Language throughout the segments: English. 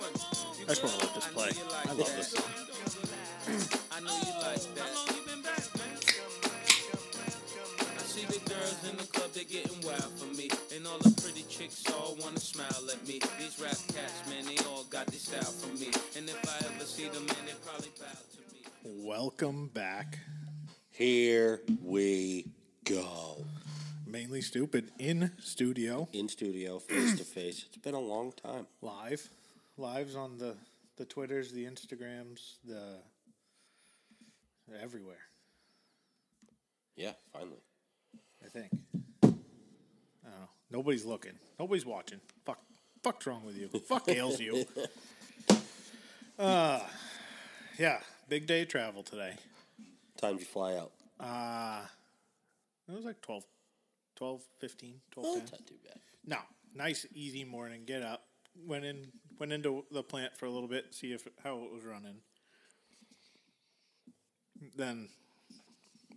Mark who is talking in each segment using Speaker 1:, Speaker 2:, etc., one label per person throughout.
Speaker 1: I just want to let this play. I love this song.
Speaker 2: I know you like that. How long you been back, man? I see the girls in the club, they getting wild for me. And all the pretty chicks all wanna smile at me. These rap cats, man, they all got this style for me. And if I ever see them, man, they probably bow to me.
Speaker 1: Welcome back.
Speaker 3: Here we go.
Speaker 1: Mainly stupid in studio
Speaker 3: In studio, face to face. It's been a long time.
Speaker 1: live, lives on the the twitters, the Instagrams, the everywhere.
Speaker 3: Yeah, finally.
Speaker 1: I think. Oh, nobody's looking. Nobody's watching. Fuck. Fuck's wrong with you. Fuck ails you. Uh, yeah. Big day travel today.
Speaker 3: Times you fly out.
Speaker 1: It was like 12, 12, 15, 12,
Speaker 3: Oh,
Speaker 1: 10.
Speaker 3: it's not too bad.
Speaker 1: No, nice easy morning. Get up. Went in. Went into the plant for a little bit. See if how it was running. Then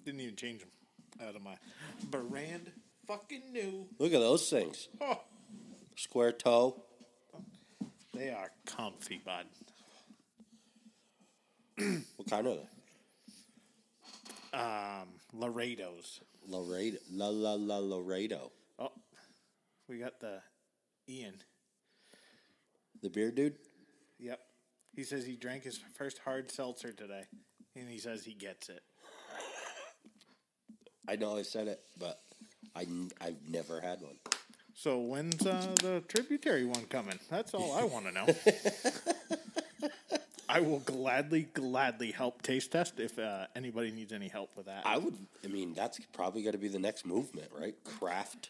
Speaker 1: didn't even change them out of my brand fucking new.
Speaker 3: Look at those things.
Speaker 1: Oh,
Speaker 3: Square toe.
Speaker 1: they are comfy, bud.
Speaker 3: What kind are they?
Speaker 1: Laredos.
Speaker 3: Laredo. La la la Laredo.
Speaker 1: Oh, we got the Ian.
Speaker 3: The beer dude?
Speaker 1: Yep. He says he drank his first hard seltzer today, and he says he gets it.
Speaker 3: I know I said it, but I, have never had one.
Speaker 1: So when's uh, the tributary one coming? That's all I want to know. I will gladly, gladly help taste test if uh, anybody needs any help with that.
Speaker 3: I would, I mean, that's probably going to be the next movement, right? Craft.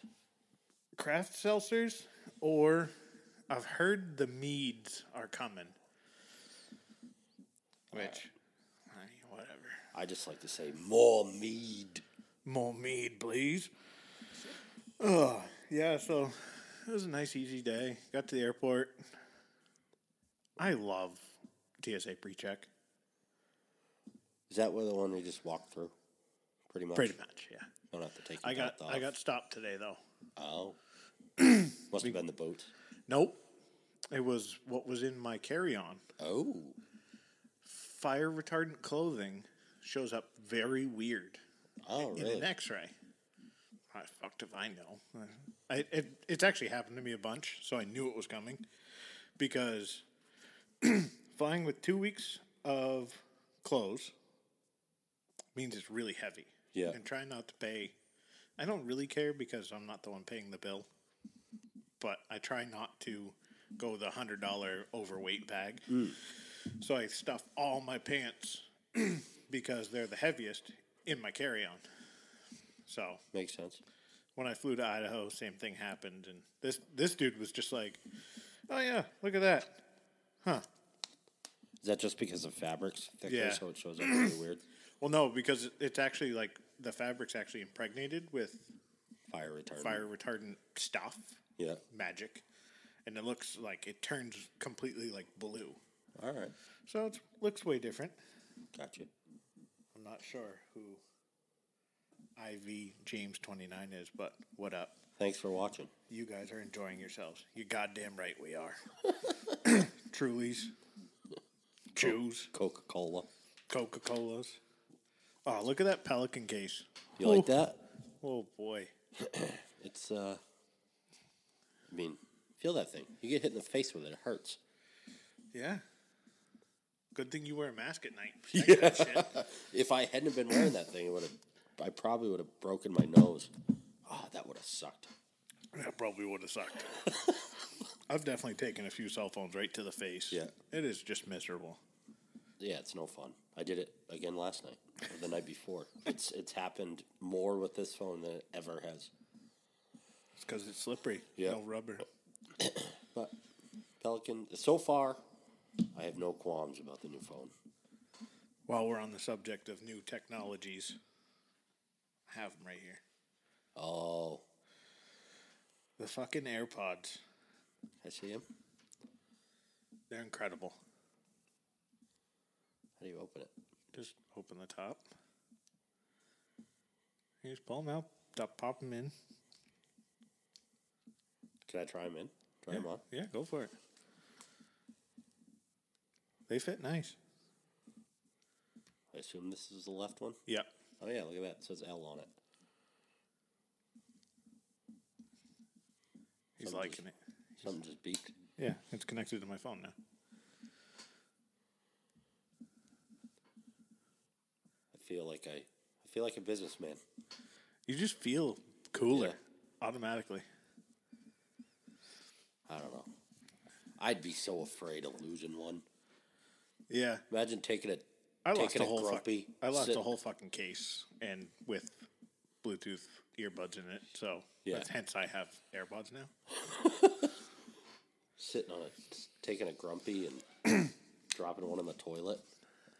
Speaker 1: Craft seltzers, or I've heard the meads are coming. Which, Uh, I mean, whatever.
Speaker 3: I just like to say more mead.
Speaker 1: More mead, please. Oh, yeah, so it was a nice, easy day. Got to the airport. I love TSA pre check.
Speaker 3: Is that where the one we just walked through? Pretty much.
Speaker 1: Pretty much, yeah.
Speaker 3: Don't have to take.
Speaker 1: I
Speaker 3: your
Speaker 1: got
Speaker 3: top
Speaker 1: I
Speaker 3: off.
Speaker 1: got stopped today though.
Speaker 3: Oh. Must have been the boat.
Speaker 1: Nope. It was what was in my carry-on.
Speaker 3: Oh.
Speaker 1: Fire retardant clothing shows up very weird
Speaker 3: Oh,
Speaker 1: in
Speaker 3: really?
Speaker 1: an X-ray. I fucked if I know. I, it, it's actually happened to me a bunch, so I knew it was coming because flying with two weeks of clothes means it's really heavy.
Speaker 3: Yeah.
Speaker 1: and try not to pay. I don't really care because I'm not the one paying the bill, but I try not to go the hundred dollar overweight bag. So I stuff all my pants because they're the heaviest in my carry on. So
Speaker 3: Makes sense.
Speaker 1: when I flew to Idaho, same thing happened, and this this dude was just like, "Oh yeah, look at that."
Speaker 3: Is that just because the fabric's thicker,
Speaker 1: Yeah.
Speaker 3: so it shows up really weird?
Speaker 1: Well, no, because it- it's actually like the fabric's actually impregnated with
Speaker 3: Fire retardant.
Speaker 1: fire retardant stuff.
Speaker 3: Yeah.
Speaker 1: magic, and it looks like it turns completely like blue.
Speaker 3: All right.
Speaker 1: So it looks way different.
Speaker 3: Gotcha.
Speaker 1: I'm not sure who IV James 29 is, but what up?
Speaker 3: Thanks for watching.
Speaker 1: You guys are enjoying yourselves. You're goddamn right we are. Trulies, Chews,
Speaker 3: Coca Cola.
Speaker 1: Coca Colas. Oh, look at that pelican case.
Speaker 3: You like that?
Speaker 1: Oh boy.
Speaker 3: It's uh. I mean, feel that thing. You get hit in the face with it. It hurts.
Speaker 1: Yeah. Good thing you wear a mask at night. Protect that shit.
Speaker 3: If I hadn't have been wearing that thing, it would have. I probably would have broken my nose. Oh, that would have sucked.
Speaker 1: That probably would have sucked. I've definitely taken a few cell phones right to the face.
Speaker 3: Yeah.
Speaker 1: It is just miserable.
Speaker 3: Yeah, it's no fun. I did it again last night or the night before. It's it's happened more with this phone than it ever has.
Speaker 1: It's because it's slippery.
Speaker 3: Yeah.
Speaker 1: No rubber.
Speaker 3: But Pelican, so far, I have no qualms about the new phone.
Speaker 1: While we're on the subject of new technologies, I have them right here.
Speaker 3: Oh,
Speaker 1: The fucking AirPods.
Speaker 3: I see him.
Speaker 1: They're incredible.
Speaker 3: How do you open it?
Speaker 1: Just open the top. You just pull them out, pop- pop them in.
Speaker 3: Can I try him in? Try
Speaker 1: Yeah.
Speaker 3: him on.
Speaker 1: Yeah, go for it. They fit nice.
Speaker 3: I assume this is the left one.
Speaker 1: Yep.
Speaker 3: Oh yeah, look at that. It says L on it.
Speaker 1: He's
Speaker 3: Something's-
Speaker 1: liking it.
Speaker 3: Something just beeped.
Speaker 1: Yeah, it's connected to my phone now.
Speaker 3: I feel like I, I feel like a businessman.
Speaker 1: You just feel cooler
Speaker 3: Yeah.
Speaker 1: automatically.
Speaker 3: I don't know. I'd be so afraid of losing one.
Speaker 1: Yeah.
Speaker 3: Imagine taking a
Speaker 1: I lost
Speaker 3: taking
Speaker 1: a whole
Speaker 3: a
Speaker 1: fuck,
Speaker 3: grumpy.
Speaker 1: I lost
Speaker 3: sit-
Speaker 1: a whole fucking case and with Bluetooth earbuds in it. So
Speaker 3: Yeah.
Speaker 1: that's hence I have AirPods now.
Speaker 3: sitting on it, taking a grumpy and dropping one in the toilet.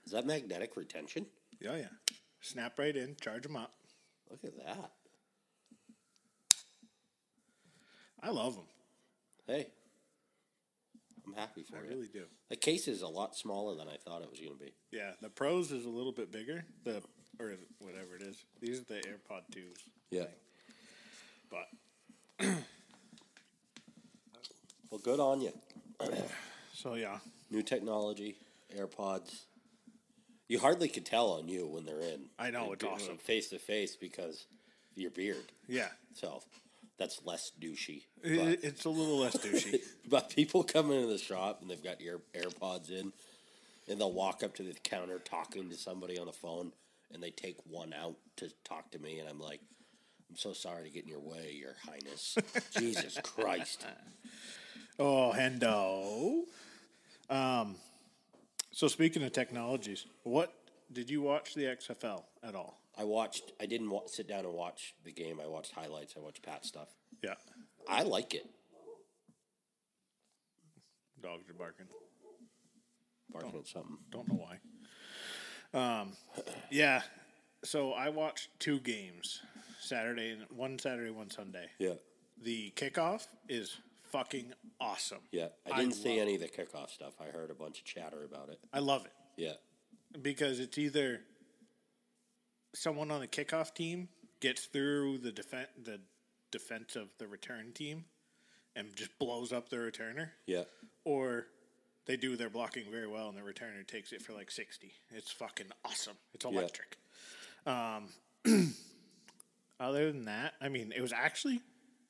Speaker 3: Is that magnetic retention?
Speaker 1: Yeah, yeah. Snap right in, charge them up.
Speaker 3: Look at that.
Speaker 1: I love them.
Speaker 3: Hey, I'm happy for
Speaker 1: I
Speaker 3: you.
Speaker 1: really do.
Speaker 3: The case is a lot smaller than I thought it was going to be.
Speaker 1: Yeah, the Pros is a little bit bigger. The or whatever it is. These are the AirPod twos,
Speaker 3: Yeah.
Speaker 1: but
Speaker 3: Well, good on you.
Speaker 1: so yeah.
Speaker 3: New technology, AirPods. You hardly could tell on you when they're in.
Speaker 1: I know,
Speaker 3: Like,
Speaker 1: it's
Speaker 3: being
Speaker 1: awesome.
Speaker 3: face to face because of your beard.
Speaker 1: Yeah,
Speaker 3: So that's less douchey.
Speaker 1: I-
Speaker 3: But,
Speaker 1: it's a little less douchey.
Speaker 3: but people come into the shop and they've got ear AirPods in, and they'll walk up to the counter talking to somebody on the phone, and they take one out to talk to me, and I'm like, "I'm so sorry to get in your way, Your Highness. Jesus Christ."
Speaker 1: oh, Hendo. Um, so speaking of technologies, what did you watch the XFL at all?
Speaker 3: I watched. I didn't wa- sit down and watch the game. I watched highlights. I watched Pat stuff.
Speaker 1: Yeah,
Speaker 3: I like it.
Speaker 1: dogs are barking.
Speaker 3: Barking at something.
Speaker 1: Don't know why. Um, yeah. So I watched two games, Saturday and one Saturday, one Sunday.
Speaker 3: Yeah,
Speaker 1: The kickoff is fucking awesome.
Speaker 3: yeah. I
Speaker 1: I
Speaker 3: didn't see
Speaker 1: love-
Speaker 3: any of the kickoff stuff. I heard a bunch of chatter about it.
Speaker 1: I love it
Speaker 3: Yeah,
Speaker 1: because it's either someone on the kickoff team gets through the defense, the defense of the return team, and just blows up the returner,
Speaker 3: yeah.
Speaker 1: or they do their blocking very well and the returner takes it for like sixty. It's fucking awesome. It's electric. Um, other than that, I mean, it was actually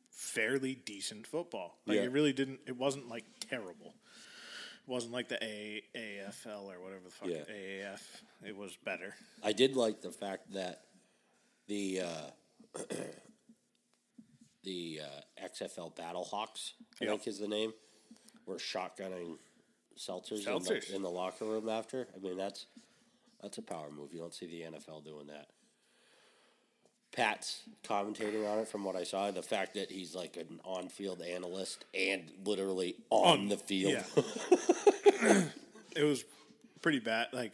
Speaker 1: fairly decent football. Like
Speaker 3: Yeah.
Speaker 1: it really didn't. It wasn't like terrible. It wasn't like the A AFL or whatever the fuck
Speaker 3: Yeah.
Speaker 1: AAF. It was better.
Speaker 3: I did like the fact that the uh, the uh, XFL Battlehawks, I
Speaker 1: Yeah.
Speaker 3: think is the name, were shotgunning seltzers, In,
Speaker 1: Seltzers.
Speaker 3: the, in the locker room after. I mean, that's that's a power move. You don't see the NFL doing that. Pat's commentating on it from what I saw. The fact that he's like an on-field analyst and literally on, the field.
Speaker 1: Yeah, it was pretty bad. Like,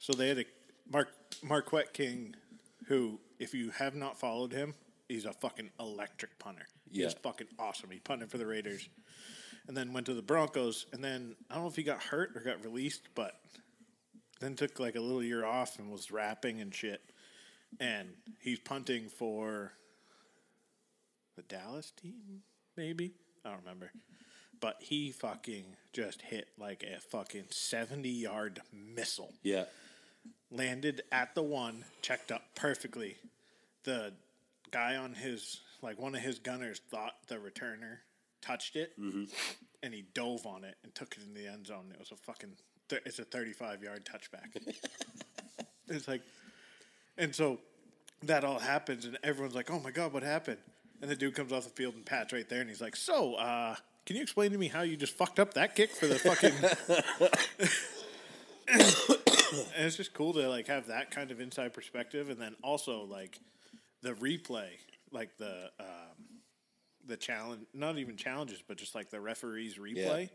Speaker 1: so they had a Mark Marquette King, who, if you have not followed him, he's a fucking electric punter. He's
Speaker 3: Yeah.
Speaker 1: fucking awesome. He punted for the Raiders, and then went to the Broncos. And then I don't know if he got hurt or got released, but then took like a little year off and was rapping and shit. And he's punting for the Dallas team, maybe. I don't remember. But he fucking just hit like a fucking 70 yard missile.
Speaker 3: yeah,
Speaker 1: Landed at the one, checked up perfectly. The guy on his, like one of his gunners thought the returner touched it and he dove on it and took it in the end zone. It was a fucking, th- it's a 35 yard touchback. it's like, and so that all happens, and everyone's like, "Oh my god, what happened?" And the dude comes off the field and Pat's right there, and he's like, "So, uh, can you explain to me how you just fucked up that kick for the fucking?" and it's just cool to like have that kind of inside perspective, and then also like the replay, like the um, the challenge, not even challenges, but just like the referees replay.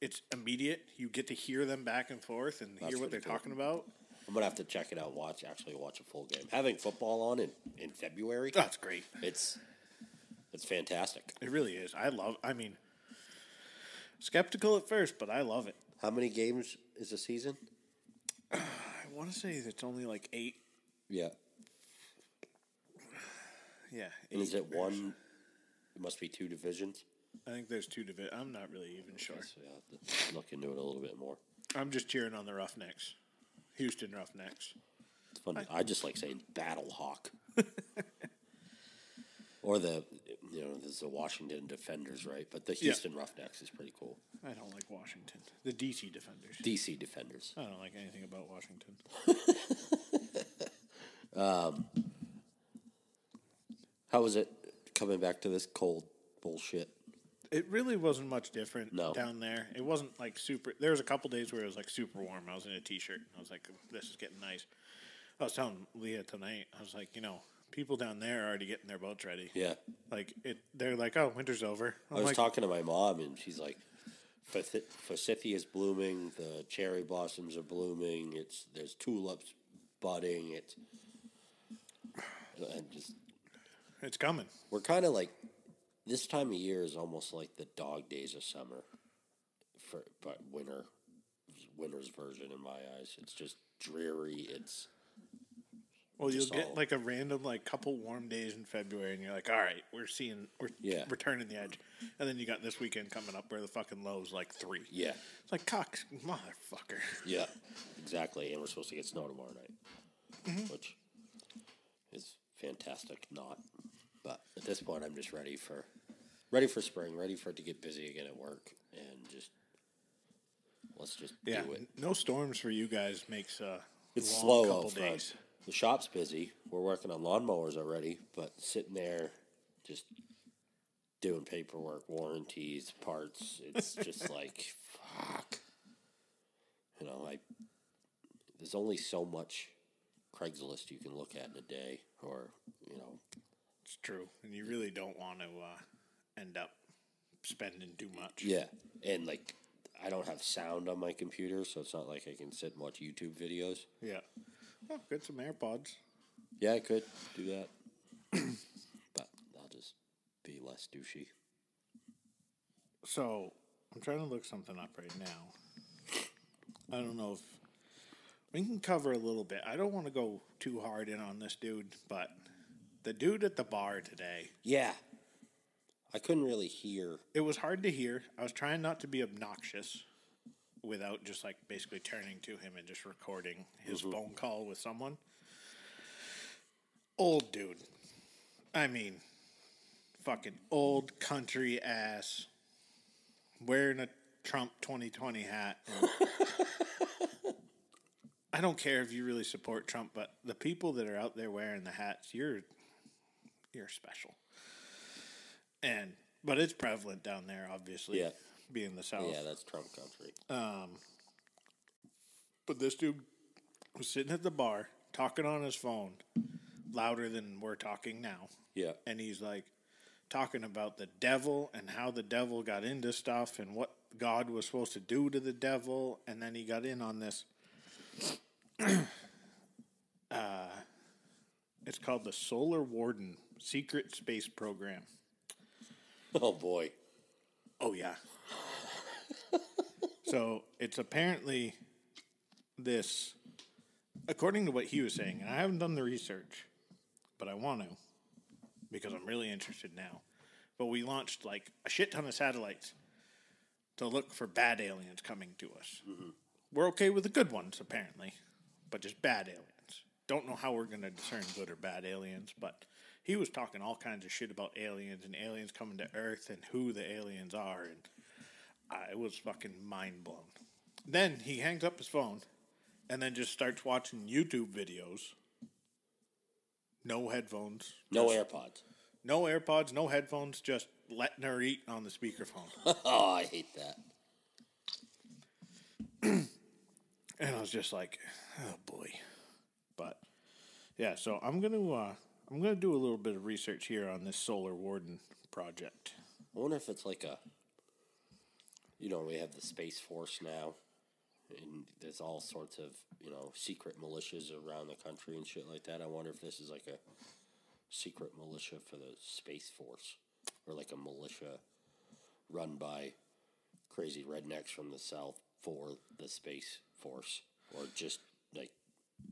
Speaker 1: It's immediate. You get to hear them back and forth and hear what
Speaker 3: pretty
Speaker 1: they're
Speaker 3: cool.
Speaker 1: talking about.
Speaker 3: I'm gonna have to check it out. Watch actually watch a full game. Having football on in, in February.
Speaker 1: That's great.
Speaker 3: It's it's fantastic.
Speaker 1: It really is. I love. I mean, skeptical at first, but I love it.
Speaker 3: How many games is a season?
Speaker 1: I want to say it's only like eight.
Speaker 3: Yeah,
Speaker 1: Yeah,
Speaker 3: and is
Speaker 1: eight
Speaker 3: it one? It must be two divisions.
Speaker 1: I think there's two divisions. I'm not really even sure.
Speaker 3: So yeah, I'll have to look into it a little bit more.
Speaker 1: I'm just cheering on the Roughnecks, Houston Roughnecks.
Speaker 3: It's funny. I just like saying Battle Hawk. or the you know, there's the Washington Defenders, right? But the Houston Roughnecks is pretty cool.
Speaker 1: I don't like Washington. The DC Defenders.
Speaker 3: DC Defenders.
Speaker 1: I don't like anything about Washington.
Speaker 3: How was it coming back to this cold bullshit?
Speaker 1: It really wasn't much different
Speaker 3: No.
Speaker 1: down there. It wasn't like super. There was a couple days where it was like super warm. I was in a t-shirt. I was like, "This is getting nice." I was telling Leah tonight. I was like, you know, people down there are already getting their boats ready.
Speaker 3: Yeah.
Speaker 1: Like it, they're like, "Oh, winter's over." I'm
Speaker 3: I was
Speaker 1: like,
Speaker 3: talking to my mom, and she's like, "Forsyth- "Forsythia is blooming. The cherry blossoms are blooming. It's there's tulips budding. It's and just
Speaker 1: "It's coming."
Speaker 3: we're kind of like this time of year is almost like the dog days of summer, for but winter, winter's version in my eyes. It's just dreary. It's
Speaker 1: Well, you'll
Speaker 3: Just all-
Speaker 1: get like a random like couple warm days in February, and you're like, "All right, we're seeing, we're
Speaker 3: Yeah.
Speaker 1: we're turning the edge," and then you got this weekend coming up where the fucking low's like three.
Speaker 3: yeah,
Speaker 1: It's like Cox, motherfucker.
Speaker 3: yeah, exactly. And we're supposed to get snow tomorrow night, which is fantastic. Not, but at this point, I'm just ready for ready for spring, ready for it to get busy again at work, and just let's just
Speaker 1: Yeah,
Speaker 3: do it.
Speaker 1: no storms for you guys makes a
Speaker 3: It's
Speaker 1: long
Speaker 3: slow
Speaker 1: couple
Speaker 3: out front.
Speaker 1: days.
Speaker 3: The shop's busy. We're working on lawnmowers already, but sitting there just doing paperwork, warranties, parts. It's just like fuck. You know, I there's only so much Craigslist you can look at in a day, or you know,
Speaker 1: It's true, and you really don't want to uh, end up spending too much.
Speaker 3: yeah, and like I don't have sound on my computer, so it's not like I can sit and watch YouTube videos.
Speaker 1: yeah. Oh, get some AirPods.
Speaker 3: Yeah, I could do that, but I'll just be less douchey.
Speaker 1: So I'm trying to look something up right now. I don't know if we can cover a little bit. I don't want to go too hard in on this dude, but the dude at the bar today,
Speaker 3: Yeah. I couldn't really hear.
Speaker 1: it was hard to hear. I was trying not to be obnoxious without just like basically turning to him and just recording his
Speaker 3: Mm-hmm.
Speaker 1: phone call with someone. Old dude. I mean, fucking old country ass wearing a Trump 2020 hat. and- I don't care if you really support Trump, but the people that are out there wearing the hats, you're you're special. And but it's prevalent down there obviously.
Speaker 3: Yeah.
Speaker 1: Being the South.
Speaker 3: Yeah, that's Trump country.
Speaker 1: But this dude was sitting at the bar talking on his phone louder than we're talking now.
Speaker 3: yeah.
Speaker 1: And he's like talking about the devil and how the devil got into stuff and what God was supposed to do to the devil. And then he got in on this. uh, it's called the Solar Warden Secret Space Program.
Speaker 3: Oh boy.
Speaker 1: Oh yeah. so it's apparently this, according to what he was saying, and I haven't done the research, but I want to because I'm really interested now. But we launched like a shit ton of satellites to look for bad aliens coming to us. We're okay with the good ones apparently, but just bad aliens. Don't know how we're going to discern good or bad aliens, but he was talking all kinds of shit about aliens and aliens coming to Earth and who the aliens are, and I was fucking mind blown. Then he hangs up his phone and then just starts watching YouTube videos. No headphones,
Speaker 3: No AirPods.
Speaker 1: no AirPods, no headphones, just letting her eat on the speakerphone.
Speaker 3: Oh, I hate that.
Speaker 1: and I was just like, oh boy. But yeah, so I'm gonna uh, I'm gonna do a little bit of research here on this Solar Warden project.
Speaker 3: I wonder if it's like a you know, we have the Space Force now and there's all sorts of, you know, secret militias around the country and shit like that. I wonder if this is like a secret militia for the Space Force or like a militia run by crazy rednecks from the south for the Space Force or just like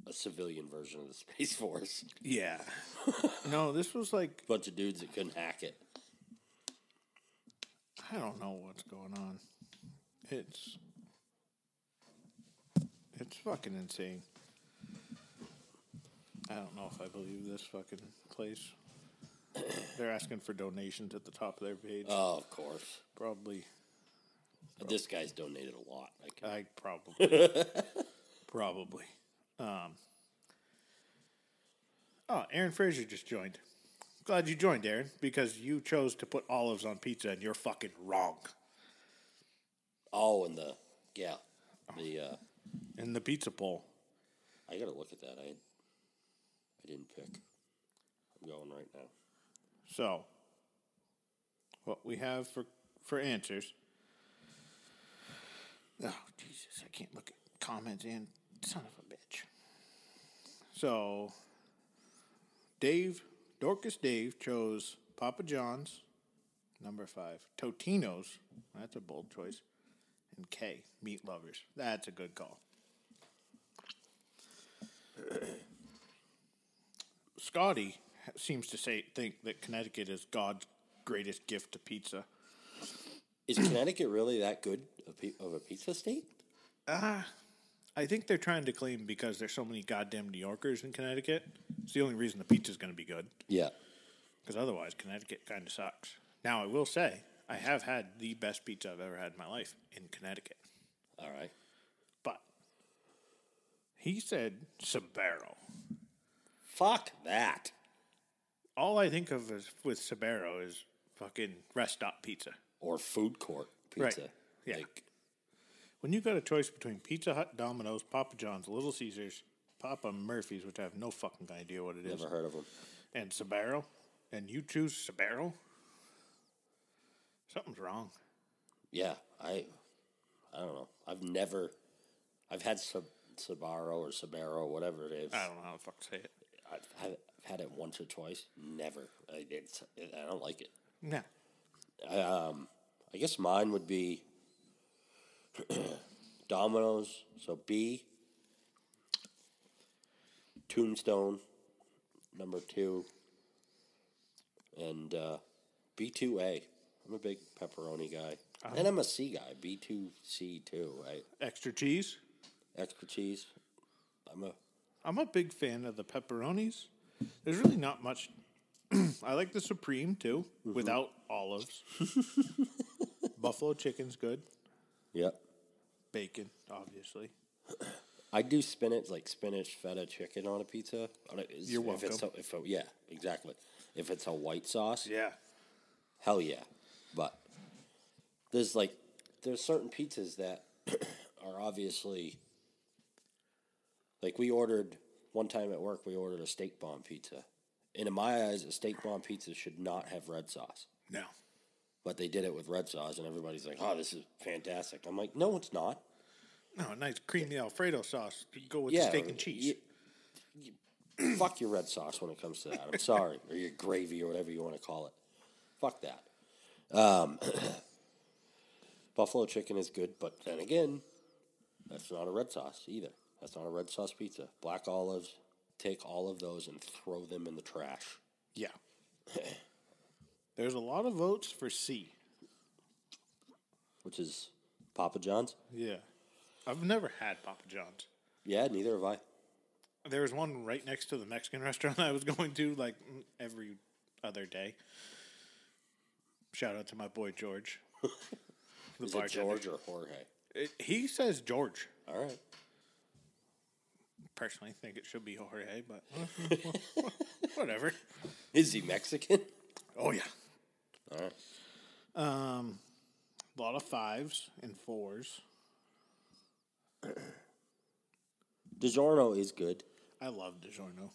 Speaker 3: a civilian version of the Space Force.
Speaker 1: Yeah. no, this was like
Speaker 3: Bunch of dudes that couldn't hack it.
Speaker 1: I don't know what's going on. It's It's fucking insane. I don't know if I believe this fucking place. They're asking for donations at the top of their page.
Speaker 3: Oh, of course.
Speaker 1: probably.
Speaker 3: This guy's donated a lot. I can,
Speaker 1: I probably. probably. Um, oh, Aaron Fraser just joined. Glad you joined, Aaron, because you chose to put olives on pizza and you're fucking wrong.
Speaker 3: oh, and the yeah, the uh,
Speaker 1: In the pizza poll.
Speaker 3: I gotta look at that. I I didn't pick. I'm going right now.
Speaker 1: So, what we have for for answers? Oh Jesus, I can't look at comments and son of a bitch. So, Dave Dorcas Dave chose Papa John's, number five, Totino's. That's a bold choice, and K Meat Lovers. That's a good call. Scotty seems to say think that Connecticut is God's greatest gift to pizza.
Speaker 3: Is Connecticut really that good a pi- of a pizza state?
Speaker 1: I think they're trying to claim because there's so many goddamn New Yorkers in Connecticut. It's the only reason the pizza's going to be good.
Speaker 3: Yeah.
Speaker 1: Because otherwise, Connecticut kind of sucks. Now, I will say, I have had the best pizza I've ever had in my life in Connecticut.
Speaker 3: All right.
Speaker 1: But he said Sabaro.
Speaker 3: Fuck that.
Speaker 1: All I think of is, with Sabaro is fucking rest stop pizza.
Speaker 3: Or food court
Speaker 1: Right.
Speaker 3: pizza.
Speaker 1: Yeah.
Speaker 3: Like,
Speaker 1: When you got a choice between Pizza Hut, Domino's, Papa John's, Little Caesars, Papa Murphy's, which I have no fucking idea what it is,
Speaker 3: never heard of them.
Speaker 1: and Sabaro, and you choose Sabaro, something's wrong.
Speaker 3: Yeah. I. I don't know. I've never. I've had Sab- Sabaro or Sabaro, whatever it is.
Speaker 1: I don't know how the fuck to say it.
Speaker 3: I've, I've had it once or twice. Never. I, it's, I don't like it.
Speaker 1: No.
Speaker 3: Um, I guess mine would be Domino's. So B. Tombstone, number two. And uh, B2A. I'm a big pepperoni guy.
Speaker 1: Uh-huh.
Speaker 3: and I'm a C guy. B2C too, right?
Speaker 1: Extra cheese.
Speaker 3: Extra cheese. I'm a.
Speaker 1: I'm a big fan of the pepperonis. There's really not much. I like the Supreme too, without olives. Buffalo chicken's good.
Speaker 3: Yep.
Speaker 1: Bacon, obviously.
Speaker 3: I do spinach, like spinach feta chicken on a pizza. On a- is-
Speaker 1: You're
Speaker 3: If it's a,
Speaker 1: welcome.
Speaker 3: if a- yeah, exactly. If it's a white sauce,
Speaker 1: Yeah.
Speaker 3: hell yeah. But there's like there's certain pizzas that are obviously like we ordered one time at work. We ordered a steak bomb pizza, and in my eyes, a steak bomb pizza should not have red sauce.
Speaker 1: No.
Speaker 3: But they did it with red sauce, and everybody's like, "Oh, this is fantastic." I'm like, "No, it's not."
Speaker 1: No, a nice creamy Alfredo sauce. You go with the
Speaker 3: yeah,
Speaker 1: steak
Speaker 3: or
Speaker 1: and cheese.
Speaker 3: you- you- fuck your red sauce when it comes to that. I'm sorry, or your gravy or whatever you want to call it. Fuck that. Um, buffalo chicken is good, but then again, that's not a red sauce either. That's not a red sauce pizza. Black olives. Take all of those and throw them in the trash.
Speaker 1: Yeah. There's a lot of votes for C.
Speaker 3: Which is Papa John's.
Speaker 1: Yeah. I've never had Papa John's.
Speaker 3: Yeah, neither have I.
Speaker 1: There was one right next to the Mexican restaurant I was going to like mm, every other day. Shout out to my boy George. The
Speaker 3: Is it
Speaker 1: bartender.
Speaker 3: George or Jorge?
Speaker 1: It- he says George.
Speaker 3: All right.
Speaker 1: Personally, think it should be Jorge, but whatever.
Speaker 3: Is he Mexican?
Speaker 1: Oh yeah,
Speaker 3: All right.
Speaker 1: a lot of fives and fours.
Speaker 3: DiGiorno is good.
Speaker 1: I love DiGiorno.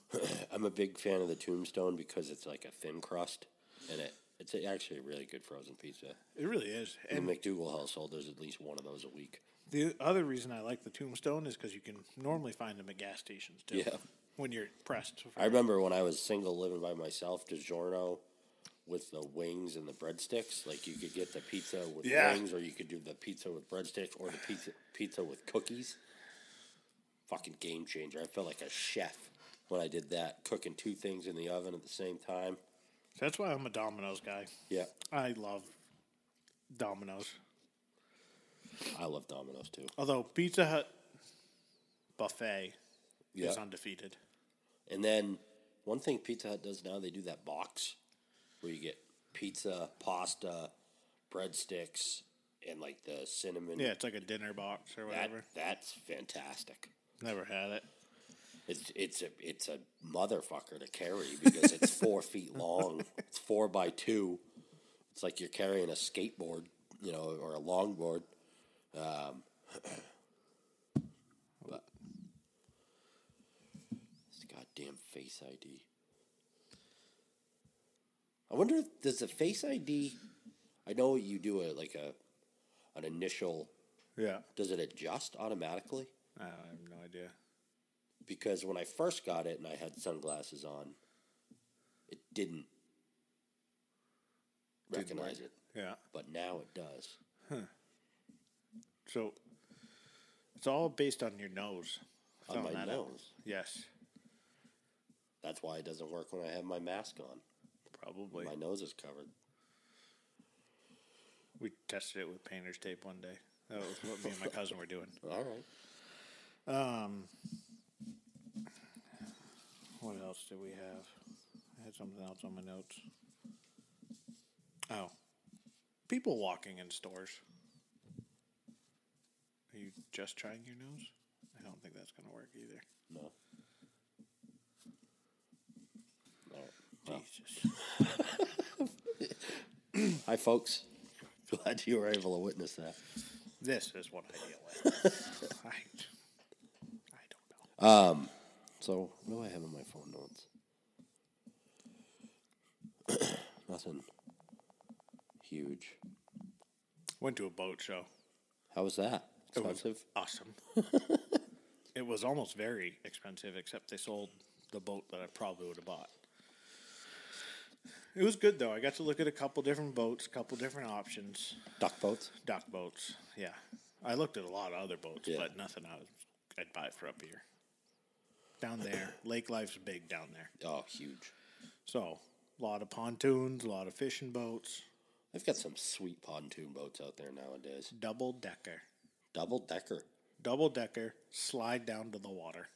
Speaker 3: I'm a big fan of the Tombstone because it's like a thin crust, and it it's actually a really good frozen pizza.
Speaker 1: It really is, and
Speaker 3: In the McDougal household, there's at least one of those a week.
Speaker 1: The other reason I like the tombstone is because you can normally find them at gas stations too.
Speaker 3: Yeah.
Speaker 1: When you're pressed. for-
Speaker 3: I remember when I was single, living by myself, DiGiorno with the wings and the breadsticks. Like you could get the pizza with
Speaker 1: Yeah.
Speaker 3: wings, or you could do the pizza with breadsticks, or the pizza pizza with cookies. Fucking game changer! I felt like a chef when I did that, cooking two things in the oven at the same time.
Speaker 1: That's why I'm a Domino's guy.
Speaker 3: Yeah,
Speaker 1: I love Domino's.
Speaker 3: I love Domino's too.
Speaker 1: Although Pizza Hut buffet
Speaker 3: Yeah.
Speaker 1: is undefeated.
Speaker 3: And then one thing Pizza Hut does now, they do that box where you get pizza, pasta, breadsticks, and like the cinnamon.
Speaker 1: Yeah, it's like a dinner box or
Speaker 3: that,
Speaker 1: whatever.
Speaker 3: that's fantastic.
Speaker 1: Never had it.
Speaker 3: It's it's a it's a motherfucker to carry because it's four feet long. It's four by two. It's like you're carrying a skateboard, you know, or a longboard. Um, but this goddamn face ID. I wonder if does the face ID. I know you do a like a an initial.
Speaker 1: Yeah.
Speaker 3: Does it adjust automatically?
Speaker 1: I don't- I have no idea.
Speaker 3: because when I first got it and I had sunglasses on, it didn't recognize it,
Speaker 1: Yeah.
Speaker 3: but now it does.
Speaker 1: So it's all based on your nose.
Speaker 3: On
Speaker 1: Found
Speaker 3: my
Speaker 1: that out.
Speaker 3: nose.
Speaker 1: Yes,
Speaker 3: That's why it doesn't work when I have my mask on.
Speaker 1: probably.
Speaker 3: My nose is covered.
Speaker 1: We tested it with painter's tape one day. That was what me and my cousin were doing.
Speaker 3: All right.
Speaker 1: What else did we have? I had something else on my notes. Oh, people walking in stores. Are you just trying your nose? I don't think that's going to work either.
Speaker 3: No. All right.
Speaker 1: Jesus.
Speaker 3: Hi, folks. Glad you were able to witness that.
Speaker 1: This is what I deal with. I, I don't know.
Speaker 3: So, what do I have in my phone notes? Nothing huge.
Speaker 1: Went to a boat show.
Speaker 3: How was that?
Speaker 1: It was
Speaker 3: Expensive?
Speaker 1: Awesome. it was almost very expensive, except they sold the boat that I probably would have bought. It was good though. I got to look at a couple different boats, couple different options,
Speaker 3: Duck boats?
Speaker 1: dock boats. Yeah, I looked at a lot of other boats,
Speaker 3: Yeah.
Speaker 1: but nothing I was, I'd buy for up here. Down there, lake life's big down there.
Speaker 3: Oh, huge.
Speaker 1: So, a lot of pontoons, a lot of fishing boats,
Speaker 3: They've got some sweet pontoon boats out there nowadays.
Speaker 1: double decker,
Speaker 3: Double decker.
Speaker 1: double decker, slide down to the water.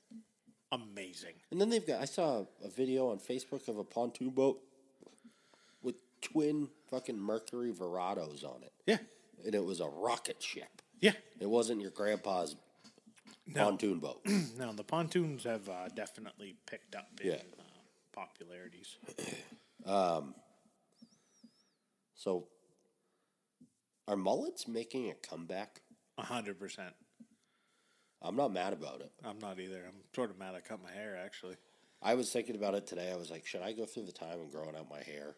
Speaker 1: Amazing.
Speaker 3: And then they've got, I saw a video on Facebook of a pontoon boat with twin fucking Mercury Verados on it.
Speaker 1: Yeah,
Speaker 3: And it was a rocket ship.
Speaker 1: yeah.
Speaker 3: It wasn't your grandpa's
Speaker 1: No,
Speaker 3: pontoon boat.
Speaker 1: no, the pontoons have uh, definitely picked up in
Speaker 3: Yeah.
Speaker 1: uh, popularities.
Speaker 3: so, are mullets making a comeback?
Speaker 1: A hundred percent.
Speaker 3: I'm not mad about it.
Speaker 1: I'm not either. I'm sort of mad I cut my hair actually.
Speaker 3: I was thinking about it today. I was like, should I go through the time and growing out my hair?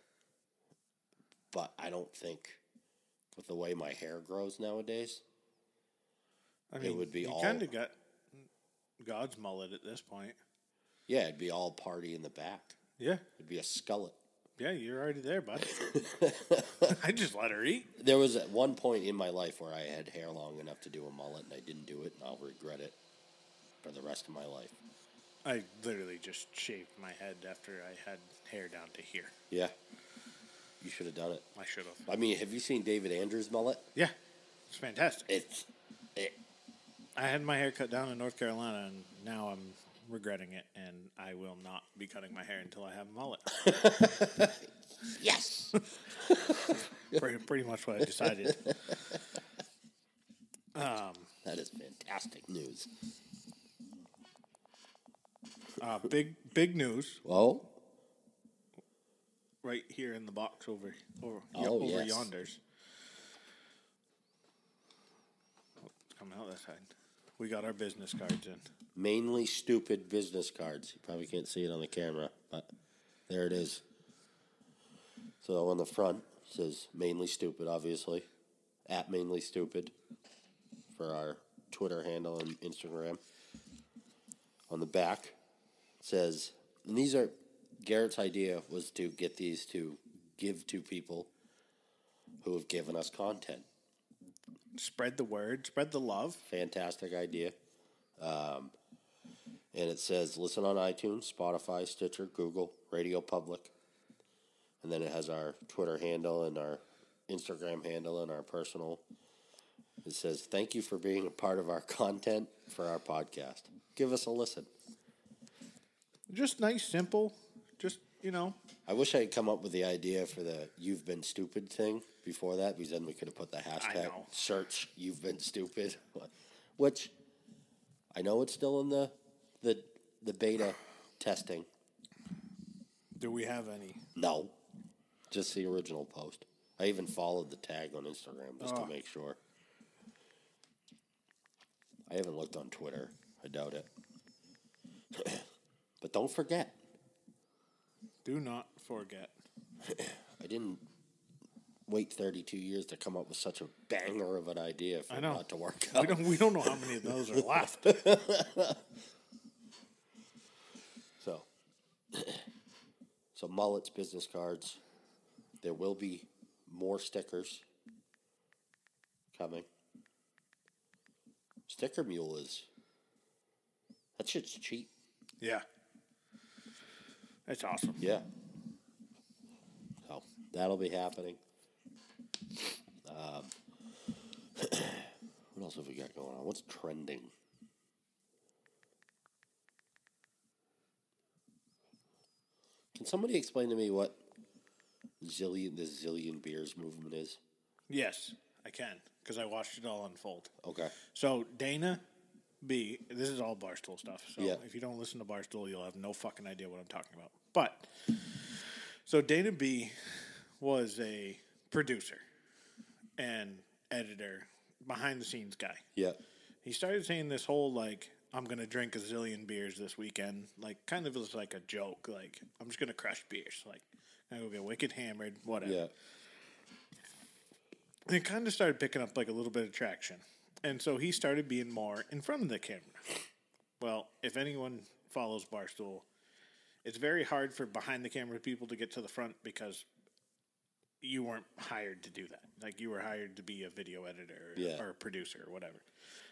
Speaker 3: But I don't think, with the way my hair grows nowadays,
Speaker 1: I
Speaker 3: It would be
Speaker 1: you
Speaker 3: all-
Speaker 1: kind of got God's mullet at this point.
Speaker 3: yeah, it'd be all party in the back.
Speaker 1: Yeah,
Speaker 3: It'd be a skullet.
Speaker 1: yeah. You're already there, bud. I just let her eat.
Speaker 3: There was at one point in my life where I had hair long enough to do a mullet, and I didn't do it, and I'll regret it for the rest of my life.
Speaker 1: I literally just shaved my head after I had hair down to here.
Speaker 3: Yeah, you should have done it.
Speaker 1: I should have.
Speaker 3: I mean, have you seen David Andrews' mullet?
Speaker 1: Yeah, it's fantastic.
Speaker 3: It's it,
Speaker 1: I had my hair cut down in North Carolina, and now I'm regretting it, and I will not be cutting my hair until I have a mullet.
Speaker 3: yes.
Speaker 1: pretty, pretty much what I decided.
Speaker 3: that is fantastic news.
Speaker 1: Uh, big big news
Speaker 3: Well,
Speaker 1: right here in the box over over, yeah,
Speaker 3: Oh,
Speaker 1: over
Speaker 3: yes.
Speaker 1: yonders. Oh, it's Coming out that side. We got our business cards in.
Speaker 3: mainly stupid business cards. You probably can't see it on the camera, but there it is. So on the front it says mainly stupid, obviously, at mainly stupid for our Twitter handle and Instagram. On the back it says, and these are Garrett's idea was to get these to give to people who have given us content.
Speaker 1: Spread the word, spread the love.
Speaker 3: Fantastic idea. Um, and it says listen on iTunes, Spotify, Stitcher, Google, Radio Public. And then it has our Twitter handle and our Instagram handle and our personal It says, Thank you for being a part of our content for our podcast. Give us a listen.
Speaker 1: Just nice, simple. Just you know,
Speaker 3: I wish I had come up with the idea for the you've been stupid thing before that because then we could have put the hashtag
Speaker 1: know.
Speaker 3: search you've been stupid, which I know it's still in the the the beta testing.
Speaker 1: do we have any?
Speaker 3: No, just the original post. I even followed the tag on Instagram just to make sure. I haven't looked on Twitter. I doubt it. but don't forget,
Speaker 1: Do not forget.
Speaker 3: I didn't wait 32 years to come up with such a banger of an idea for
Speaker 1: I
Speaker 3: it
Speaker 1: know.
Speaker 3: not to work
Speaker 1: We
Speaker 3: out.
Speaker 1: don't. We don't know how many of those are left.
Speaker 3: So, so mullets, business cards. There will be more stickers coming. Sticker mule is that shit's cheap.
Speaker 1: Yeah, that's awesome.
Speaker 3: Yeah. So that'll be happening. Um, what else have we got going on? What's trending? Can somebody explain to me what zillion the zillion beers movement is?
Speaker 1: Yes, I can because I watched it all unfold.
Speaker 3: Okay.
Speaker 1: So Dana B, this is all Barstool stuff. So
Speaker 3: Yeah.
Speaker 1: if you don't listen to Barstool, you'll have no fucking idea what I'm talking about. But so Dana B was a producer and editor, behind the scenes guy.
Speaker 3: Yeah.
Speaker 1: He started saying this whole like I'm gonna drink a zillion beers this weekend, like kind of as like a joke, like I'm just gonna crush beers, like I'm gonna get wicked hammered, whatever
Speaker 3: Yeah.
Speaker 1: and it kind of started picking up like a little bit of traction. And so he started being more in front of the camera. Well, if anyone follows Barstool, it's very hard for behind the camera people to get to the front because you weren't hired to do that. Like you were hired to be a video editor or,
Speaker 3: Yeah.
Speaker 1: or a producer or whatever.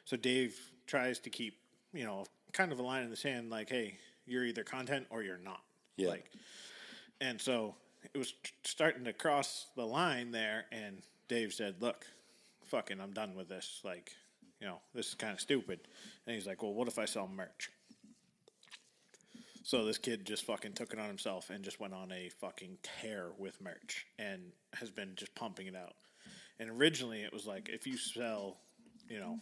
Speaker 1: So Dave tries to keep, you know, kind of a line in the sand like, hey, you're either content or you're not.
Speaker 3: Yeah.
Speaker 1: Like and so it was t- starting to cross the line there. And Dave said, Look, fucking, I'm done with this. Like, you know, this is kind of stupid. And he's like, Well, what if I sell merch? So this kid just fucking took it on himself and just went on a fucking tear with merch and has been just pumping it out. And originally it was like if you sell, you know,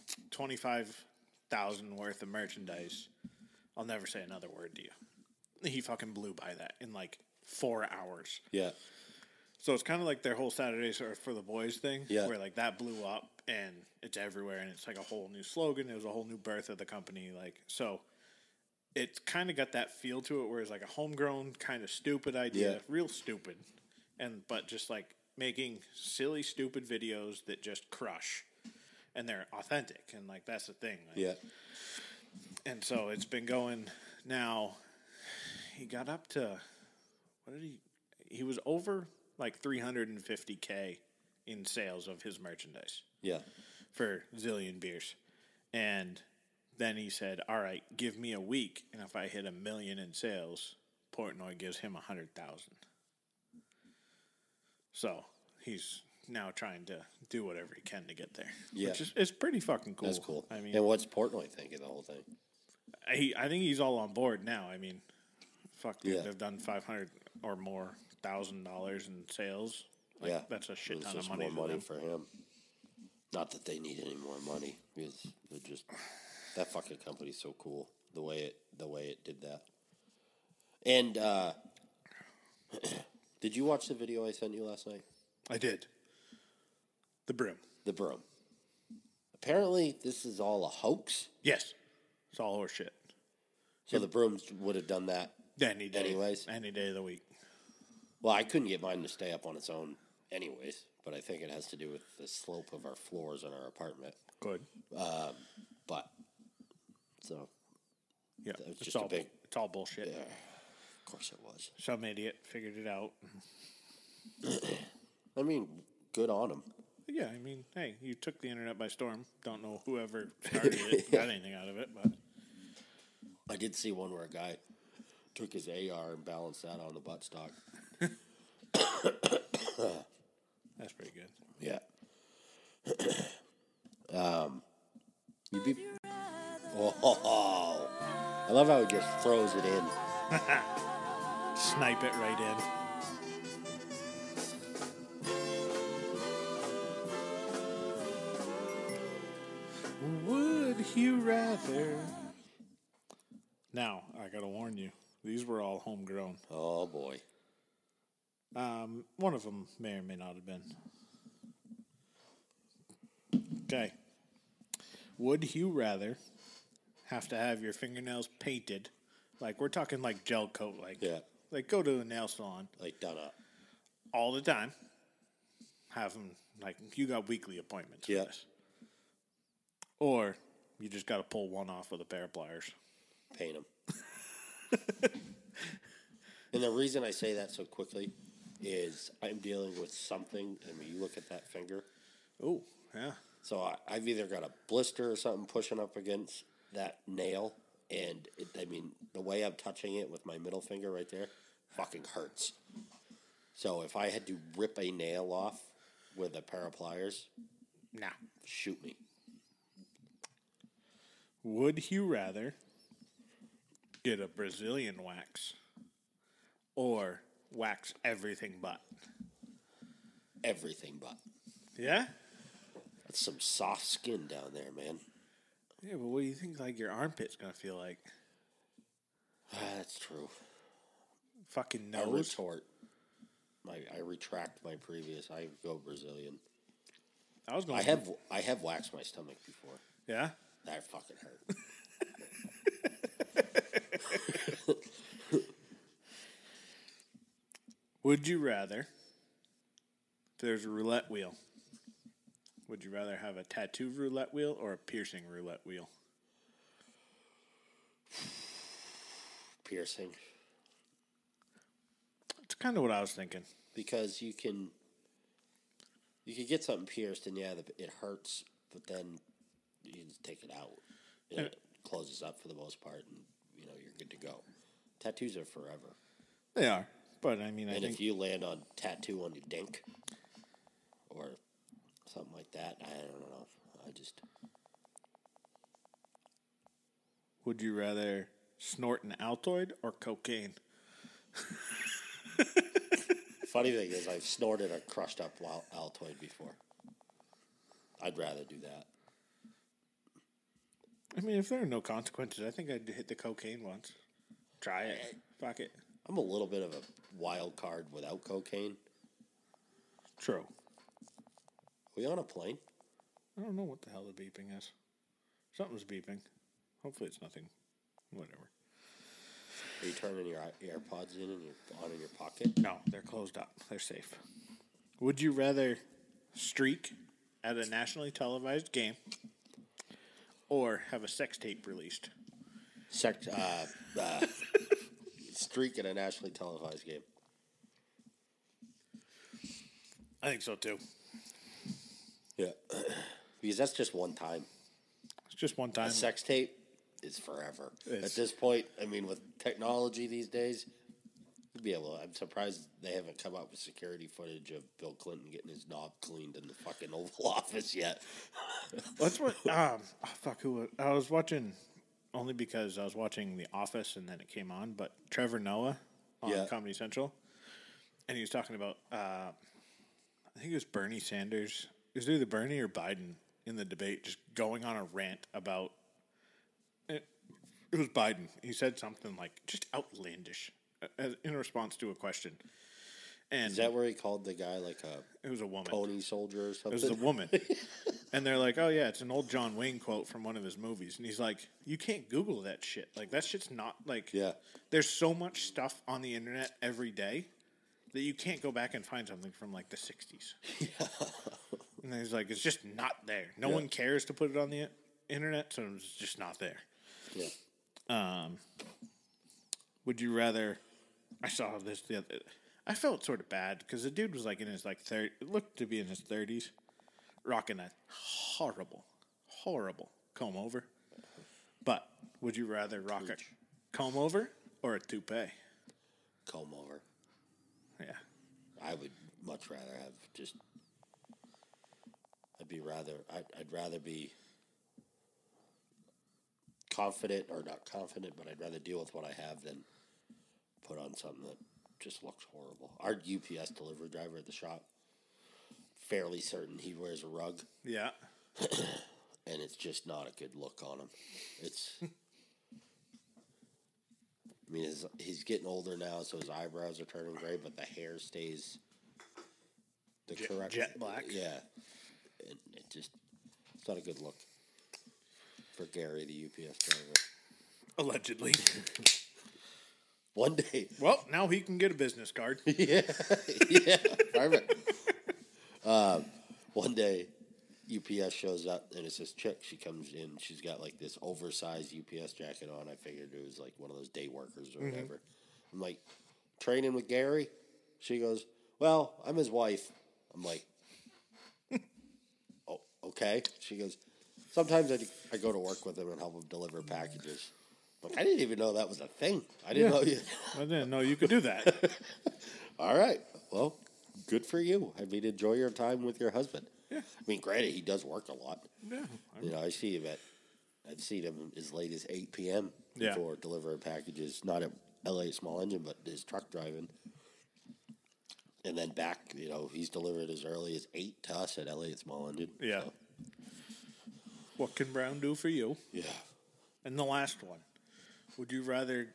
Speaker 1: 25,000 worth of merchandise, I'll never say another word to you he fucking blew by that in like four hours.
Speaker 3: Yeah.
Speaker 1: So it's kind of like their whole Saturdays are for the boys thing,
Speaker 3: Yeah.
Speaker 1: where like that blew up and it's everywhere and it's like a whole new slogan. It was a whole new birth of the company. Like so, it's kind of got that feel to it, where it's like a homegrown kind of stupid idea,
Speaker 3: Yeah.
Speaker 1: real stupid, and but just like making silly, stupid videos that just crush, and they're authentic and like that's the thing. Like,
Speaker 3: Yeah.
Speaker 1: and so it's been going now he got up to what did he he was over like 350k in sales of his merchandise
Speaker 3: Yeah.
Speaker 1: for zillion beers and then he said all right give me a week and if i hit a million in sales portnoy gives him a hundred thousand so he's now trying to do whatever he can to get there
Speaker 3: Yeah.
Speaker 1: which is it's pretty fucking cool
Speaker 3: That's cool.
Speaker 1: i mean
Speaker 3: and what's Portnoy thinking of the whole thing?
Speaker 1: he, I think he's all on board now. I mean, fuck, dude,
Speaker 3: Yeah.
Speaker 1: they've done five hundred or more thousand dollars in sales. Like,
Speaker 3: yeah,
Speaker 1: that's a shit
Speaker 3: It's
Speaker 1: ton of
Speaker 3: just
Speaker 1: money.
Speaker 3: more
Speaker 1: to
Speaker 3: money
Speaker 1: them.
Speaker 3: for him. Not that they need any more money because they're just that fucking company's so cool the way it the way it did that. And uh, did you watch the video I sent you last night?
Speaker 1: I did. The broom.
Speaker 3: The broom. Apparently, this is all a hoax.
Speaker 1: Yes, it's all horseshit.
Speaker 3: So the brooms would have done that.
Speaker 1: Any day,
Speaker 3: Anyways.
Speaker 1: any day of the week.
Speaker 3: Well, I couldn't get mine to stay up on its own, anyways. But I think it has to do with the slope of our floors in our apartment.
Speaker 1: Good.
Speaker 3: But so
Speaker 1: Yeah,
Speaker 3: That was
Speaker 1: it's
Speaker 3: just a
Speaker 1: all
Speaker 3: big-
Speaker 1: it's all bullshit.
Speaker 3: of course it was.
Speaker 1: Some idiot figured it out.
Speaker 3: I mean, good on him.
Speaker 1: Yeah, I mean, hey, you took the internet by storm. Don't know whoever started it got anything out of it, but
Speaker 3: I did see one where a guy took his AR and balanced that on the buttstock.
Speaker 1: that's pretty good.
Speaker 3: Yeah. Oh, love how it just froze it in.
Speaker 1: Snipe it right in. Would you rather? Now, I gotta warn you, these were all homegrown.
Speaker 3: Oh boy.
Speaker 1: Um, one of them may or may not have been. Okay. Would you rather have to have your fingernails painted, like we're talking like gel coat, like
Speaker 3: Yeah.
Speaker 1: like go to a nail salon
Speaker 3: Like done up.
Speaker 1: all the time, have them like you got weekly appointments, for
Speaker 3: Yeah.
Speaker 1: this. or you just got to pull one off with a pair of pliers.
Speaker 3: Paint them. and the reason I say that so quickly is I'm dealing with something. I mean, you look at that finger.
Speaker 1: Oh yeah,
Speaker 3: So I, I've either got a blister or something pushing up against that nail, and it, I mean the way I'm touching it with my middle finger right there, fucking hurts. So if I had to rip a nail off with a pair of pliers,
Speaker 1: nah.
Speaker 3: shoot me.
Speaker 1: Would you rather get a Brazilian wax or wax everything but?
Speaker 3: Everything but
Speaker 1: Yeah.
Speaker 3: that's some soft skin down there, man.
Speaker 1: Yeah, but what do you think? Like your armpit's gonna feel like
Speaker 3: Ah, that's true.
Speaker 1: fucking
Speaker 3: I
Speaker 1: nose.
Speaker 3: retort. My I retract my previous. I go Brazilian.
Speaker 1: I was going.
Speaker 3: I have I have waxed my stomach before.
Speaker 1: Yeah.
Speaker 3: That fucking hurt.
Speaker 1: Would you rather? If there's a roulette wheel. Would you rather have a tattoo roulette wheel or a piercing roulette wheel?
Speaker 3: Piercing.
Speaker 1: That's kind of what I was thinking.
Speaker 3: because you can you can get something pierced and yeah, the, it hurts, but then you can just take it out. and It closes up for the most part, and you know you're good to go. Tattoos are forever,
Speaker 1: They are, but I mean, I
Speaker 3: and
Speaker 1: think
Speaker 3: if you land on tattoo on your dink or something like that, I don't know. I just
Speaker 1: Would you rather snort an Altoid or cocaine?
Speaker 3: funny thing is I've snorted or crushed up while Altoid before. I'd rather do that.
Speaker 1: I mean, if there are no consequences, I think I'd hit the cocaine once. Try it. Fuck it.
Speaker 3: I'm a little bit of a wild card without cocaine.
Speaker 1: True.
Speaker 3: we on a plane?
Speaker 1: I don't know what the hell the beeping is. Something's beeping. Hopefully, it's nothing. Whatever.
Speaker 3: Are you turning your i- AirPods in and you're on in your pocket?
Speaker 1: No, they're closed up. They're safe. Would you rather streak at a nationally televised game or have a sex tape released?
Speaker 3: Sect, uh, uh, streak at a nationally televised game.
Speaker 1: I think so too.
Speaker 3: Yeah. because that's just one time.
Speaker 1: It's just one time.
Speaker 3: A sex tape is forever.
Speaker 1: It's-
Speaker 3: at this point, I mean, with technology these days, you'd be able I'm surprised they haven't come up with security footage of Bill Clinton getting his knob cleaned in the fucking Oval Office yet.
Speaker 1: That's what. Um, oh, fuck. Who was- I was watching only because I was watching The Office and then it came on. But Trevor Noah on
Speaker 3: Yeah.
Speaker 1: Comedy Central, and he was talking about. Uh, I think it was Bernie Sanders. It was either Bernie or Biden in the debate, just going on a rant about. It, it was Biden. He said something like just outlandish uh, uh, in response to a question, and
Speaker 3: Is that where he called the guy like a
Speaker 1: it was a woman.
Speaker 3: pony soldier or
Speaker 1: It was a
Speaker 3: something?
Speaker 1: woman. and they're like, oh, yeah, it's an old John Wayne quote from one of his movies. And he's like, you can't Google that shit. Like, that shit's not like,
Speaker 3: Yeah.
Speaker 1: there's so much stuff on the internet every day that you can't go back and find something from like the 60s. and he's like, it's just not there. No one cares to put it on the i- internet, so it's just not there.
Speaker 3: Yeah.
Speaker 1: Would you rather? I saw this the other. I felt sort of bad because the dude was like in his like thirty, looked to be in his thirties, rocking a horrible, horrible comb over. But would you rather rock a comb over or a toupee?
Speaker 3: Comb over.
Speaker 1: Yeah,
Speaker 3: I would much rather have just. I'd be rather. I'd, I'd rather be confident or not confident, but I'd rather deal with what I have than put on something that just looks horrible. Our UPS delivery driver at the shop, fairly certain he wears a rug,
Speaker 1: Yeah.
Speaker 3: and it's just not a good look on him. It's, I mean, his, he's getting older now, so his eyebrows are turning gray, but the hair stays the
Speaker 1: Jet-
Speaker 3: correct
Speaker 1: jet black.
Speaker 3: Yeah, and it just it's not a good look for Gary, the UPS driver.
Speaker 1: Allegedly.
Speaker 3: One day,
Speaker 1: well, now he can get a business card.
Speaker 3: yeah, yeah, perfect. um, one day, UPS shows up and it's this chick. She comes in. She's got like this oversized UPS jacket on. I figured it was like one of those day workers or whatever. I'm like training with Gary. She goes, "Well, I'm his wife." I'm like, "Oh, okay." She goes, "Sometimes I, I go to work with him and help him deliver packages." I'm Like, I didn't even know that was a thing. I didn't know you.
Speaker 1: I didn't know you could do that.
Speaker 3: All right. Well, good for you. I mean, enjoy your time with your husband.
Speaker 1: Yeah.
Speaker 3: I mean, granted, he does work a lot.
Speaker 1: yeah.
Speaker 3: You know, I see him at, I've seen him as late as 8 p.m.
Speaker 1: Yeah.
Speaker 3: before delivering packages, not at LA Small Engine, but his truck driving. And then back, you know, he's delivered as early as 8 to us at LA Small Engine.
Speaker 1: Yeah.
Speaker 3: So,
Speaker 1: What can Brown do for you?
Speaker 3: yeah.
Speaker 1: And the last one. Would you rather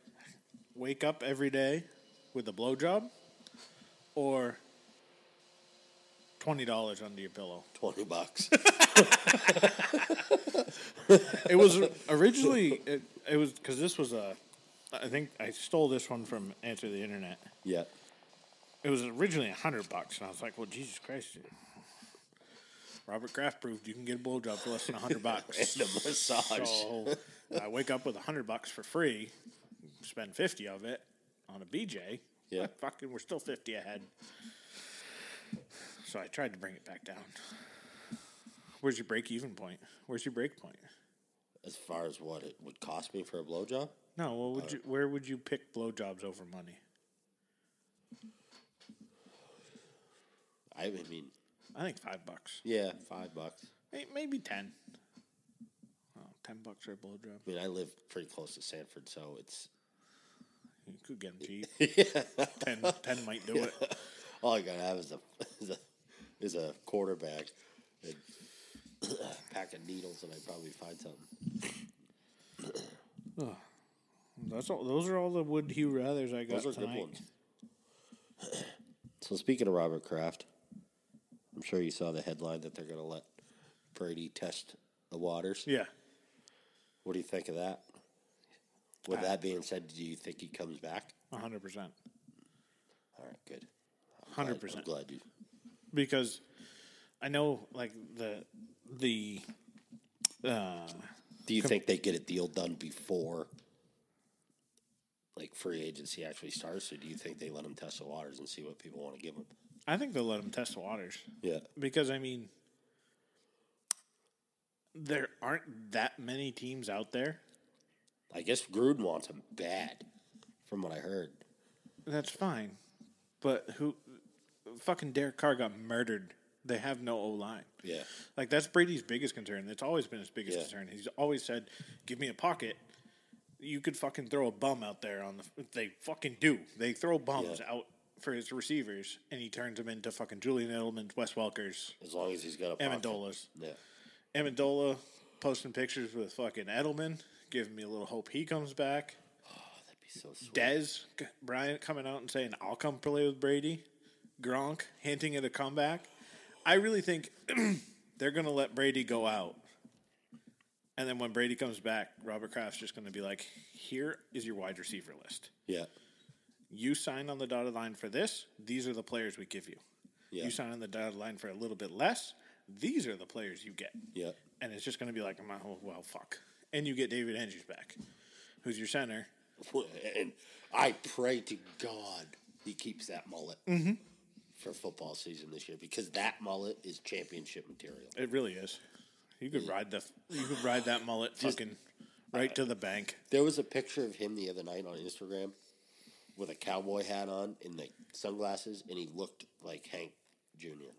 Speaker 1: wake up every day with a blowjob or $20 under your pillow?
Speaker 3: 20 bucks.
Speaker 1: It was originally, it, it was because this was a, I think I stole this one from Answer the Internet.
Speaker 3: yeah.
Speaker 1: It was originally a hundred bucks, and I was like, "Well, Jesus Christ!" Robert Kraft proved you can get a blowjob for less than a hundred bucks.
Speaker 3: And a massage.
Speaker 1: so I wake up with a hundred bucks for free, spend fifty of it on a BJ.
Speaker 3: Yeah.
Speaker 1: fucking, we're still fifty ahead. So I tried to bring it back down. Where's your break even point? Where's your break point?
Speaker 3: As far as what it would cost me for a blowjob?
Speaker 1: No, what
Speaker 3: Uh,
Speaker 1: would you? Where would you pick blowjobs over money?
Speaker 3: I mean,
Speaker 1: I think five bucks,
Speaker 3: yeah, five bucks.
Speaker 1: May- maybe ten. Oh, ten bucks for a blowjob.
Speaker 3: I mean, I live pretty close to Sanford, so it's
Speaker 1: You could get them cheap. ten, 10 might do it.
Speaker 3: all I gotta have is a is a, is a quarterback and a pack of needles, and I probably find something.
Speaker 1: That's all, those are all the would you rather's I got
Speaker 3: Those are
Speaker 1: tonight.
Speaker 3: good ones. so speaking of Robert Kraft, I'm sure you saw the headline that they're gonna let Brady test the waters.
Speaker 1: Yeah,
Speaker 3: What do you think of that?
Speaker 1: Uh,
Speaker 3: With that being said, do you think he comes back?
Speaker 1: hundred percent,
Speaker 3: All right, good. I'm glad-
Speaker 1: hundred
Speaker 3: I'm
Speaker 1: percent.
Speaker 3: glad you.
Speaker 1: Because I know, like the the uh,
Speaker 3: Do you think they get a deal done before like free agency actually starts, or do you think they let them test the waters and see what people want to give them?
Speaker 1: I think they'll let them test the waters
Speaker 3: Yeah,
Speaker 1: because I mean, there aren't that many teams out there.
Speaker 3: I guess Gruden wants him bad, from what I heard.
Speaker 1: That's fine, but who? Fucking Derek Carr got murdered. They have no O line.
Speaker 3: Yeah,
Speaker 1: Like that's Brady's biggest concern. That's always been his biggest
Speaker 3: Yeah.
Speaker 1: concern. He's always said, "Give me a pocket." You could fucking throw a bum out there on the. They fucking do. They throw bums
Speaker 3: Yeah.
Speaker 1: out for his receivers, and he turns them into fucking Julian Edelman, Wes Welkers,
Speaker 3: as long as he's got a pocket.
Speaker 1: Amendola's.
Speaker 3: Yeah,
Speaker 1: Amendola posting pictures with fucking Edelman, giving me a little hope he comes back.
Speaker 3: oh, that'd be so sweet.
Speaker 1: Dez G- Bryant coming out and saying, "I'll come play with Brady." Gronk hinting at a comeback. I really think they're going to let Brady go out, and then when Brady comes back, Robert Kraft's just going to be like, "Here is your wide receiver list.
Speaker 3: yeah,
Speaker 1: You sign on the dotted line for this. These are the players we give you.
Speaker 3: Yeah.
Speaker 1: You sign on the dotted line for a little bit less. These are the players you get."
Speaker 3: yeah,
Speaker 1: and it's just going to be like, "Oh, well, fuck. And you get David Andrews back, who's your center.
Speaker 3: and I pray to God he keeps that mullet for football season this year because that mullet is championship material.
Speaker 1: It really is. You could ride the you could ride that mullet fucking right to the bank.
Speaker 3: There was a picture of him the other night on Instagram with a cowboy hat on and like sunglasses, and he looked like Hank Jr.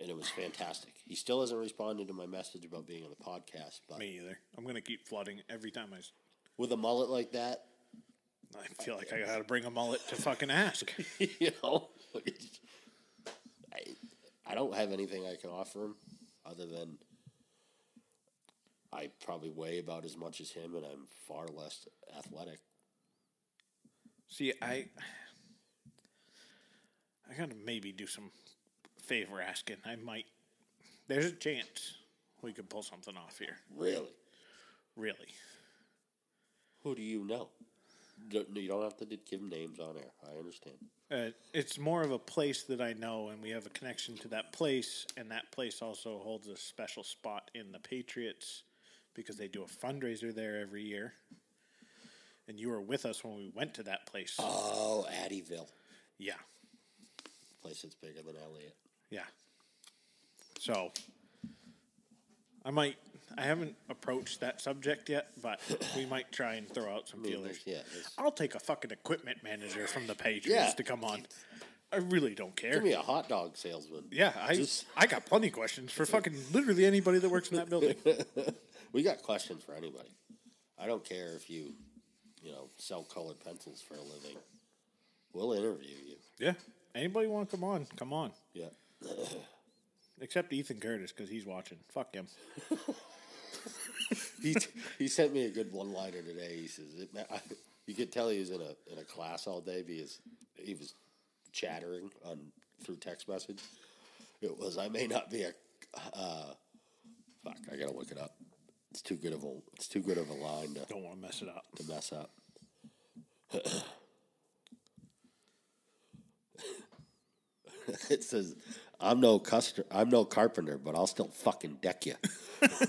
Speaker 3: and it was fantastic. He still hasn't responded to my message about being on the podcast, but
Speaker 1: Me either. I'm gonna keep flooding every time I. s-
Speaker 3: with a mullet like that,
Speaker 1: I feel like I gotta bring a mullet to fucking ask.
Speaker 3: you know, it's- I, I don't have anything I can offer him other than I probably weigh about as much as him, and I'm far less athletic.
Speaker 1: See, I I gotta maybe do some favor asking. I might. There's a chance we could pull something off here.
Speaker 3: Really?
Speaker 1: Really.
Speaker 3: Who do you know? Don't, you don't have to d- give names on air. I understand.
Speaker 1: Uh, it's more of a place that I know, and we have a connection to that place, and that place also holds a special spot in the Patriots because they do a fundraiser there every year. And you were with us when we went to that place.
Speaker 3: Oh, Addyville,
Speaker 1: Yeah,
Speaker 3: place that's bigger than Elliot.
Speaker 1: yeah. So I might. I haven't approached that subject yet, but we might try and throw out some feelers.
Speaker 3: Yeah, it's-
Speaker 1: I'll take a fucking equipment manager from the Patriots
Speaker 3: Yeah.
Speaker 1: to come on. I really don't care.
Speaker 3: give me a hot dog salesman.
Speaker 1: Yeah, I
Speaker 3: Just-
Speaker 1: I got plenty of questions for fucking literally anybody that works in that building.
Speaker 3: We got questions for anybody. I don't care if you, you know, sell colored pencils for a living. We'll interview you.
Speaker 1: yeah, anybody want to come on? Come on.
Speaker 3: Yeah.
Speaker 1: Except Ethan Curtis because he's watching. Fuck him.
Speaker 3: He, he sent me a good one liner today. He says, it, ma- I, "You could tell he was in a in a class all day because he was chattering on through text message." It was, "I may not be a uh, fuck. I gotta look it up. It's too good of a it's too good of a line to,
Speaker 1: Don't want to mess it up.
Speaker 3: to mess up." it says, "I'm no custer, I'm no carpenter, but I'll still fucking deck you."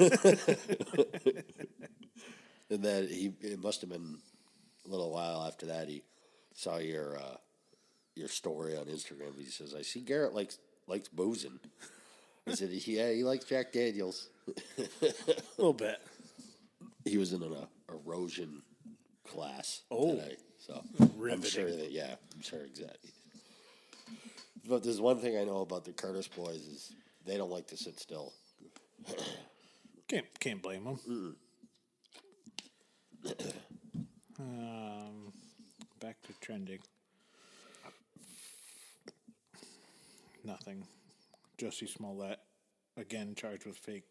Speaker 3: and then he it must have been a little while after that he saw your uh, your story on Instagram. He says, "I see Garrett likes likes boozing." I said, "Yeah, he likes Jack Daniels."
Speaker 1: A little bit.
Speaker 3: He was in an uh, erosion class
Speaker 1: Oh.
Speaker 3: today, so I'm
Speaker 1: Riveting.
Speaker 3: sure that yeah, I'm sure exactly. But there's one thing I know about the Curtis boys is they don't like to sit still.
Speaker 1: Can't can't blame him. Mm. um, back to trending. Nothing. Jesse Smollett again charged with fake.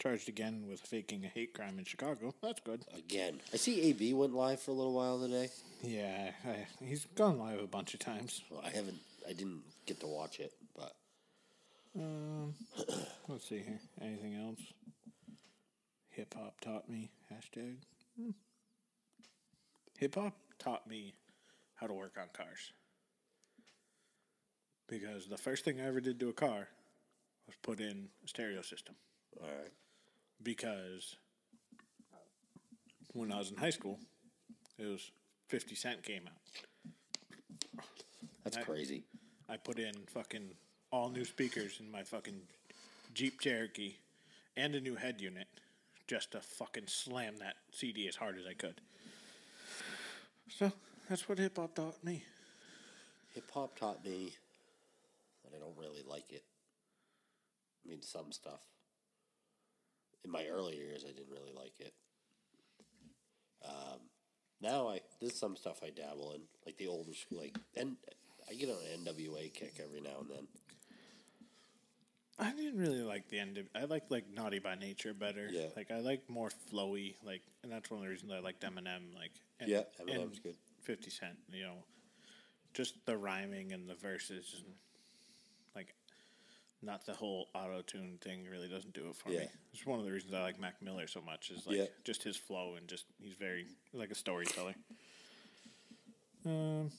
Speaker 1: Charged again with faking a hate crime in Chicago. That's good.
Speaker 3: Again, I see AB went live for a little while today.
Speaker 1: Yeah, I, he's gone live a bunch of times.
Speaker 3: Well, I haven't. I didn't get to watch it, but
Speaker 1: Let's see here. Anything else? Hip hop taught me. Hashtag. Hmm. Hip hop taught me how to work on cars. Because the first thing I ever did to a car was put in a stereo system.
Speaker 3: all right.
Speaker 1: Because when I was in high school, it was 50 Cent came out.
Speaker 3: That's crazy.
Speaker 1: I put in fucking all new speakers in my fucking Jeep Cherokee and a new head unit just to fucking slam that CD as hard as I could. So that's what hip hop taught me.
Speaker 3: Hip hop taught me that I don't really like it. I mean, some stuff. In my early years, I didn't really like it. Um, now I there's some stuff I dabble in, like the older school, like and I get on an NWA kick every now and then.
Speaker 1: I didn't really like the end of I liked like Naughty by Nature better.
Speaker 3: Yeah.
Speaker 1: Like I like more flowy, like and that's one of the reasons I liked Eminem, like and,
Speaker 3: Yeah, Eminem's good.
Speaker 1: Fifty Cent, you know. Just the rhyming and the verses and like not the whole auto tune thing really doesn't do it for me.
Speaker 3: Yeah.
Speaker 1: It's one of the reasons I like Mac Miller so much is like
Speaker 3: Yeah.
Speaker 1: just his flow and just he's very like a storyteller. Um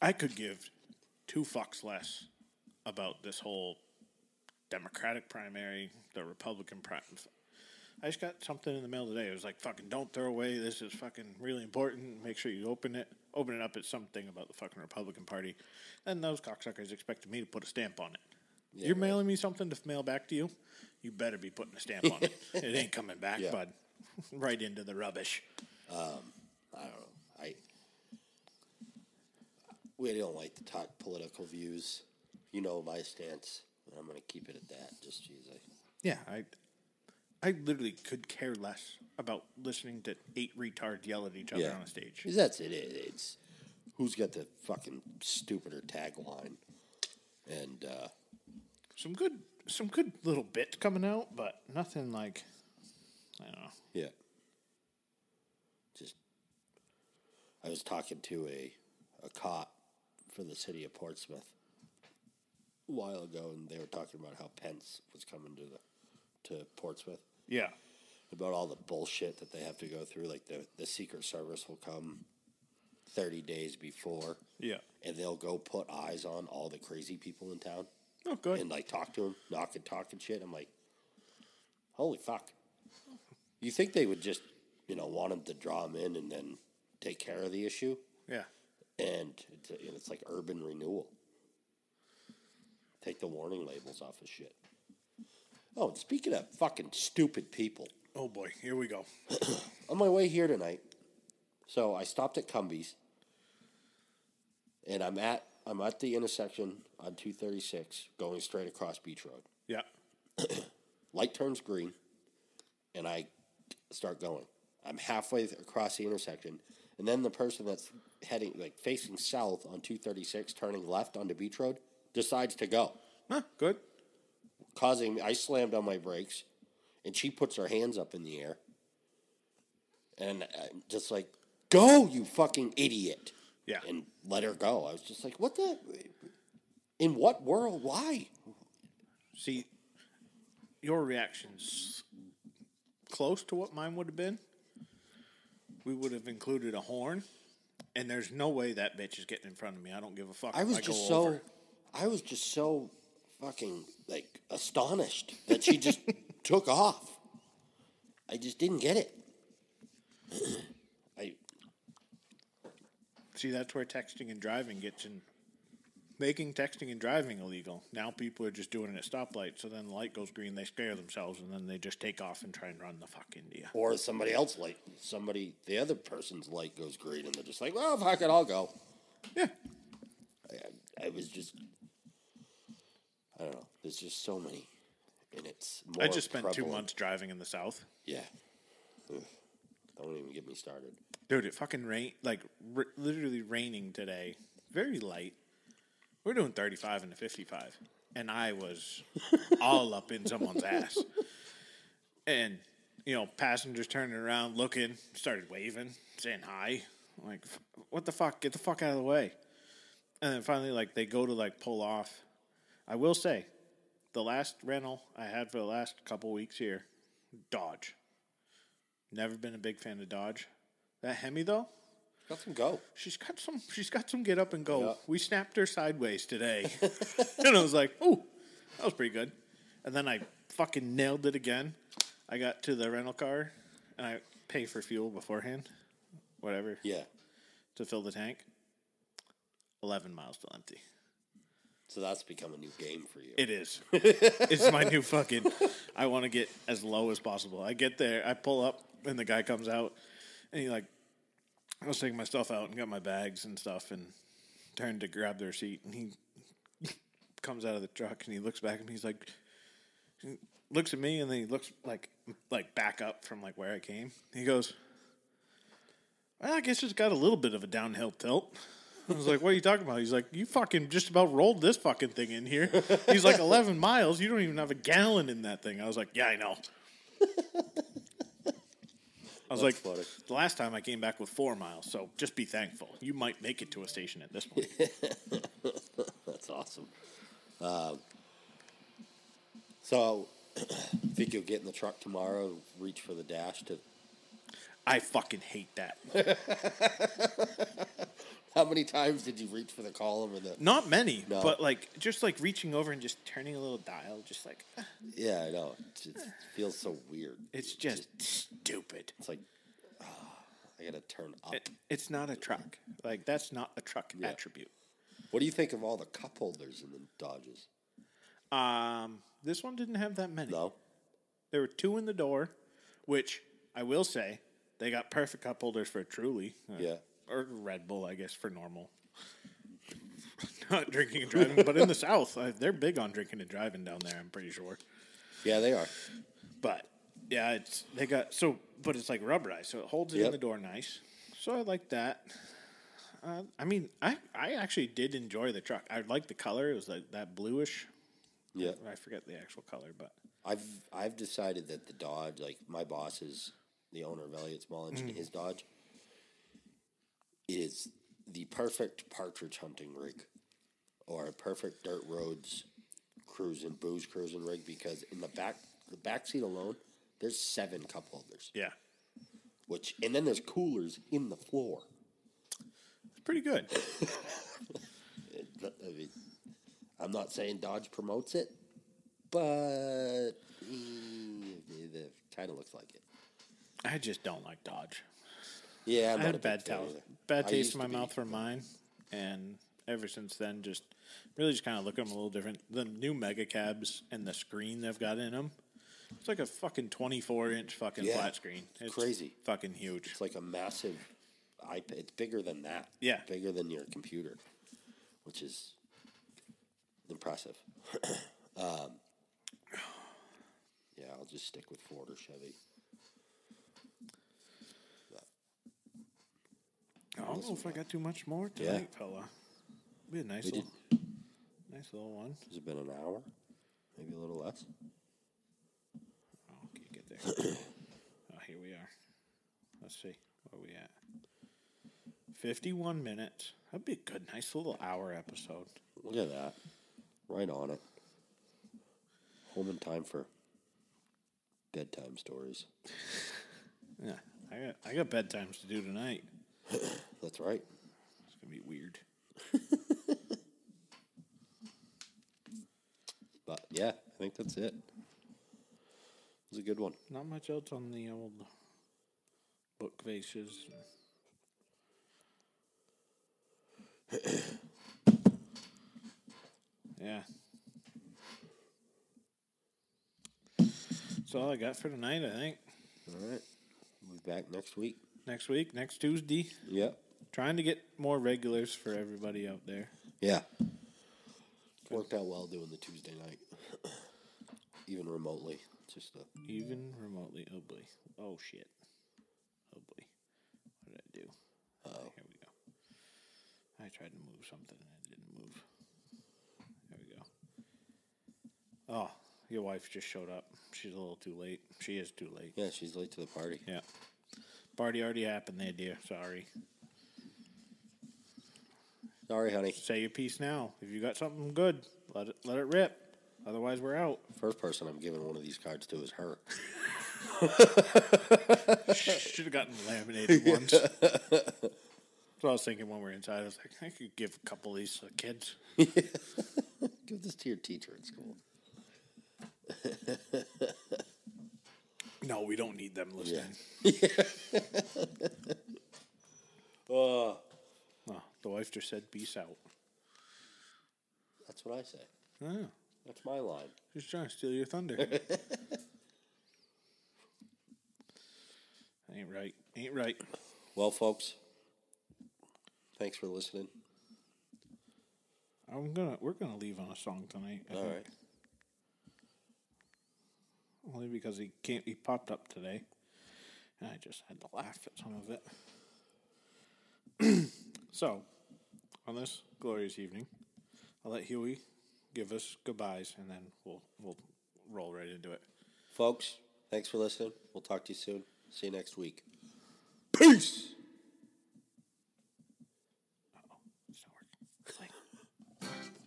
Speaker 1: I could give two fucks less about this whole Democratic primary, the Republican primary. I just got something in the mail today. It was like, fucking don't throw away. This is fucking really important. Make sure you open it. Open it up. It's something about the fucking Republican Party. And those cocksuckers expected me to put a stamp on it. You're
Speaker 3: right.
Speaker 1: mailing me something to mail back to you? You better be putting a stamp on it. It ain't coming back,
Speaker 3: Yeah.
Speaker 1: bud. right into the rubbish.
Speaker 3: I don't know. I we don't like to talk political views. you know my stance, and I'm gonna keep it at that. Just geez, I,
Speaker 1: Yeah, I I literally could care less about listening to eight retards yell at each other
Speaker 3: Yeah.
Speaker 1: on a stage.
Speaker 3: 'Cause that's it. it- It's who's got the fucking stupider tagline, and uh,
Speaker 1: Some good some good little bits coming out, but nothing like I don't know.
Speaker 3: yeah, just I was talking to a a cop for the city of Portsmouth a while ago, and they were talking about how Pence was coming to the to Portsmouth.
Speaker 1: Yeah.
Speaker 3: about all the bullshit that they have to go through. Like the, the Secret Service will come 30 days before
Speaker 1: Yeah.
Speaker 3: and they'll go put eyes on all the crazy people in town
Speaker 1: Oh good.
Speaker 3: and uh, like talk to them, knock and talk and shit. I'm like, holy fuck. You think they would just, you know, want them to draw them in and then take care of the issue?
Speaker 1: yeah.
Speaker 3: And it's, and it's like urban renewal. Take the warning labels off of shit. Oh, and speaking of fucking stupid people,
Speaker 1: Oh boy, here we go.
Speaker 3: on my way here tonight, so I stopped at Cumbies, and I'm at I'm at the intersection on 236, going straight across Beach Road.
Speaker 1: Yeah.
Speaker 3: Light turns green, and I start going. I'm halfway across the intersection, and then the person that's heading like facing south on 236, turning left onto Beach Road, decides to go,
Speaker 1: Huh, good.
Speaker 3: causing I slammed on my brakes, and she puts her hands up in the air, and I'm just like, "Go, you fucking idiot!"
Speaker 1: Yeah.
Speaker 3: and let her go. I was just like, "What the? In what world? Why?"
Speaker 1: See your reactions close to what mine would have been. We would have included a horn. And there's no way that bitch is getting in front of me. I don't give a fuck.
Speaker 3: I
Speaker 1: if
Speaker 3: was
Speaker 1: I go
Speaker 3: just so,
Speaker 1: over.
Speaker 3: I was just so fucking like astonished that she just took off. I just didn't get it. I
Speaker 1: See, that's where texting and driving gets in. Making texting and driving illegal. Now people are just doing it at stoplights. So then the light goes green, they scare themselves, and then they just take off and try and run the fuck into you.
Speaker 3: or somebody else light, somebody the other person's light goes green, and they're just like, "Well, fuck it, I'll go."
Speaker 1: Yeah.
Speaker 3: I, I was just, I don't know. There's just so many, and it's. More
Speaker 1: I just spent two
Speaker 3: prevalent.
Speaker 1: months driving in the south.
Speaker 3: Yeah. Ugh. Don't even get me started.
Speaker 1: Dude, it fucking rain like r- literally raining today. Very light. We're doing 35 and 55. And I was all up in someone's ass. And, you know, passengers turning around, looking, started waving, saying hi. I'm like, "F- what the fuck? Get the fuck out of the way. And then finally, like, they go to, like, pull off. I will say, the last rental I had for the last couple weeks here, Dodge. Never been a big fan of Dodge. That Hemi though,
Speaker 3: Let them go.
Speaker 1: she's got some. She's got some get up and go.
Speaker 3: Yeah.
Speaker 1: We snapped her sideways today, and I was like, "Ooh, that was pretty good." And then I fucking nailed it again. I got to the rental car, and I pay for fuel beforehand, whatever,
Speaker 3: Yeah.
Speaker 1: to fill the tank. Eleven miles till empty.
Speaker 3: So that's become a new game for you.
Speaker 1: It is. it's my new fucking. I want to get as low as possible. I get there, I pull up, and the guy comes out, and he like, I was taking my stuff out and got my bags and stuff, and turned to grab the receipt, and he comes out of the truck and he looks back at me. He's like, he looks at me, and then he looks like like back up from like where I came. He goes, well, I guess it's got a little bit of a downhill tilt. I was like, what are you talking about? He's like, you fucking just about rolled this fucking thing in here. He's like, 11 miles. You don't even have a gallon in that thing. I was like, yeah, I know. I was like,
Speaker 3: funny.
Speaker 1: the last time I came back with four miles, so just be thankful. You might make it to a station at this point.
Speaker 3: That's awesome. Um, so, think you'll get in the truck tomorrow, reach for the dash to.
Speaker 1: I fucking hate that.
Speaker 3: How many times did you reach for the column or the.
Speaker 1: Not many,
Speaker 3: No.
Speaker 1: but like just like reaching over and just turning a little dial, just like "Ah,
Speaker 3: Yeah, I know. It just feels so weird.
Speaker 1: it's just stupid.
Speaker 3: It's like, ah, I got to turn up.
Speaker 1: It, it's not a truck. Like that's not a truck
Speaker 3: Yeah.
Speaker 1: attribute.
Speaker 3: What do you think of all the cup holders in the Dodges?
Speaker 1: Um, this one didn't have that many.
Speaker 3: No?
Speaker 1: There were two in the door, which I will say they got perfect cup holders for Truly, uh,
Speaker 3: Yeah.
Speaker 1: or Red Bull, I guess for normal. not drinking and driving, but in the South, I, they're big on drinking and driving down there. I'm pretty sure.
Speaker 3: Yeah, they are.
Speaker 1: But yeah, it's they got so, but it's like rubberized, so it holds it in
Speaker 3: Yep.
Speaker 1: the door nice. So I like that. Uh, I mean, I I actually did enjoy the truck. I like the color. It was like that bluish.
Speaker 3: Yeah.
Speaker 1: I forget the actual color, but
Speaker 3: I've I've decided that the Dodge, like my boss is the owner of Elliot's Small Engine, his Dodge is the perfect partridge hunting rig or a perfect dirt roads cruising booze cruising rig because in the back the back seat alone there's seven cup holders
Speaker 1: yeah,
Speaker 3: which and then there's coolers in the floor
Speaker 1: it's pretty good.
Speaker 3: It- I mean, I'm not saying Dodge promotes it but mm, it, it kind of looks like it
Speaker 1: I just don't like Dodge.
Speaker 3: Yeah, I'm
Speaker 1: I
Speaker 3: not
Speaker 1: had
Speaker 3: a
Speaker 1: a
Speaker 3: big
Speaker 1: bad
Speaker 3: fan
Speaker 1: taste,
Speaker 3: either.
Speaker 1: bad
Speaker 3: I
Speaker 1: taste
Speaker 3: used
Speaker 1: in my
Speaker 3: to be.
Speaker 1: mouth for mine, and ever since then, just really just kind of look at them a little different. The new mega cabs and the screen they've got in them, it's like a fucking twenty-four inch fucking
Speaker 3: Yeah,
Speaker 1: flat screen. It's
Speaker 3: crazy.
Speaker 1: fucking huge.
Speaker 3: It's like a massive iPad. It's bigger than that.
Speaker 1: Yeah.
Speaker 3: bigger than your computer, which is impressive. um, yeah, I'll just stick with Ford or Chevy.
Speaker 1: I don't know if I got too much more
Speaker 3: Yeah.
Speaker 1: tonight, fella. Be a nice
Speaker 3: We
Speaker 1: little,
Speaker 3: did.
Speaker 1: nice little one.
Speaker 3: Has it been an hour? Maybe a little less.
Speaker 1: Oh, okay, get there. oh, here we are. Let's see where we at. Fifty-one minutes. That'd be a good, nice little hour episode.
Speaker 3: Look at that. Right on it. Home in time for bedtime stories.
Speaker 1: Yeah, I got I got bedtimes to do tonight.
Speaker 3: That's right.
Speaker 1: It's gonna be weird.
Speaker 3: But yeah, I think that's it. It was a good one.
Speaker 1: Not much else on the old book vases. yeah. That's all I got for tonight. I think
Speaker 3: All right. We'll be back next week.
Speaker 1: next week, next Tuesday,
Speaker 3: Yep.
Speaker 1: trying to get more regulars for everybody out there.
Speaker 3: Yeah. Worked out well doing the Tuesday night, even remotely. It's just uh, a
Speaker 1: Even remotely. Oh boy. Oh shit. Oh boy. What did I do? Oh. Here we go. I tried to move something and it didn't move. There we go. Oh, your wife just showed up. She's a little too late. She is too late.
Speaker 3: yeah. She's late to the party.
Speaker 1: Yeah. Party already happened there, dear. Sorry.
Speaker 3: Sorry, honey.
Speaker 1: Say your piece now. If you got something good, let it let it rip. Otherwise, we're out.
Speaker 3: First person I'm giving one of these cards to is her.
Speaker 1: Should have gotten laminated ones. That's what I was thinking when we were inside. I was like, I could give a couple of these to the kids.
Speaker 3: Give this to your teacher at school.
Speaker 1: No, we don't need them listening. Oh, the wife just said, peace out.
Speaker 3: That's what I say.
Speaker 1: Oh,
Speaker 3: That's my line.
Speaker 1: she's trying to steal your thunder. that ain't right. Ain't right.
Speaker 3: Well, folks, thanks for listening.
Speaker 1: I'm gonna. We're gonna leave on a song tonight. I
Speaker 3: All
Speaker 1: think.
Speaker 3: right.
Speaker 1: Only because he came. He popped up today, and I just had to laugh at some of it. so, on this glorious evening, I'll let Huey give us goodbyes, and then we'll we'll roll right into it.
Speaker 3: Folks, thanks for listening. We'll talk to you soon. See you next week. Peace.
Speaker 1: It's not working. It's like-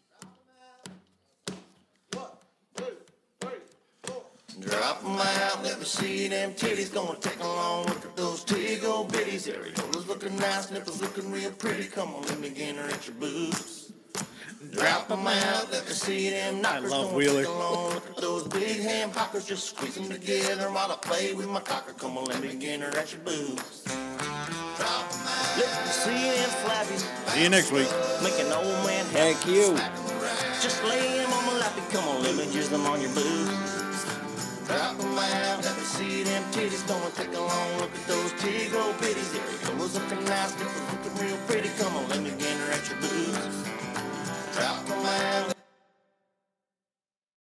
Speaker 4: Drop 'em out, let me see them titties. Gonna take a long look at those tig old bitties. Areolas looking nice, nipples looking real pretty. Come on, let me get her at your boobs. Drop 'em out, let me see them knockers.
Speaker 1: love
Speaker 4: Gonna
Speaker 1: Wheeler.
Speaker 4: Take a long look at those big ham hockers. Just squeeze 'em together while I play with my cocker. Come on, let me get her at your boobs. Drop 'em out, let me see them flabbies.
Speaker 1: See you next week.
Speaker 4: Make an old man happy.
Speaker 3: Thank you.
Speaker 4: Just lay him on my lap and come on, let me jizz them on your boobs. Drop them out, let me see them titties. Don't take a long look at those tig old bitties. There he goes, looking nice, people looking real pretty. Come on, let me get her at your boobs.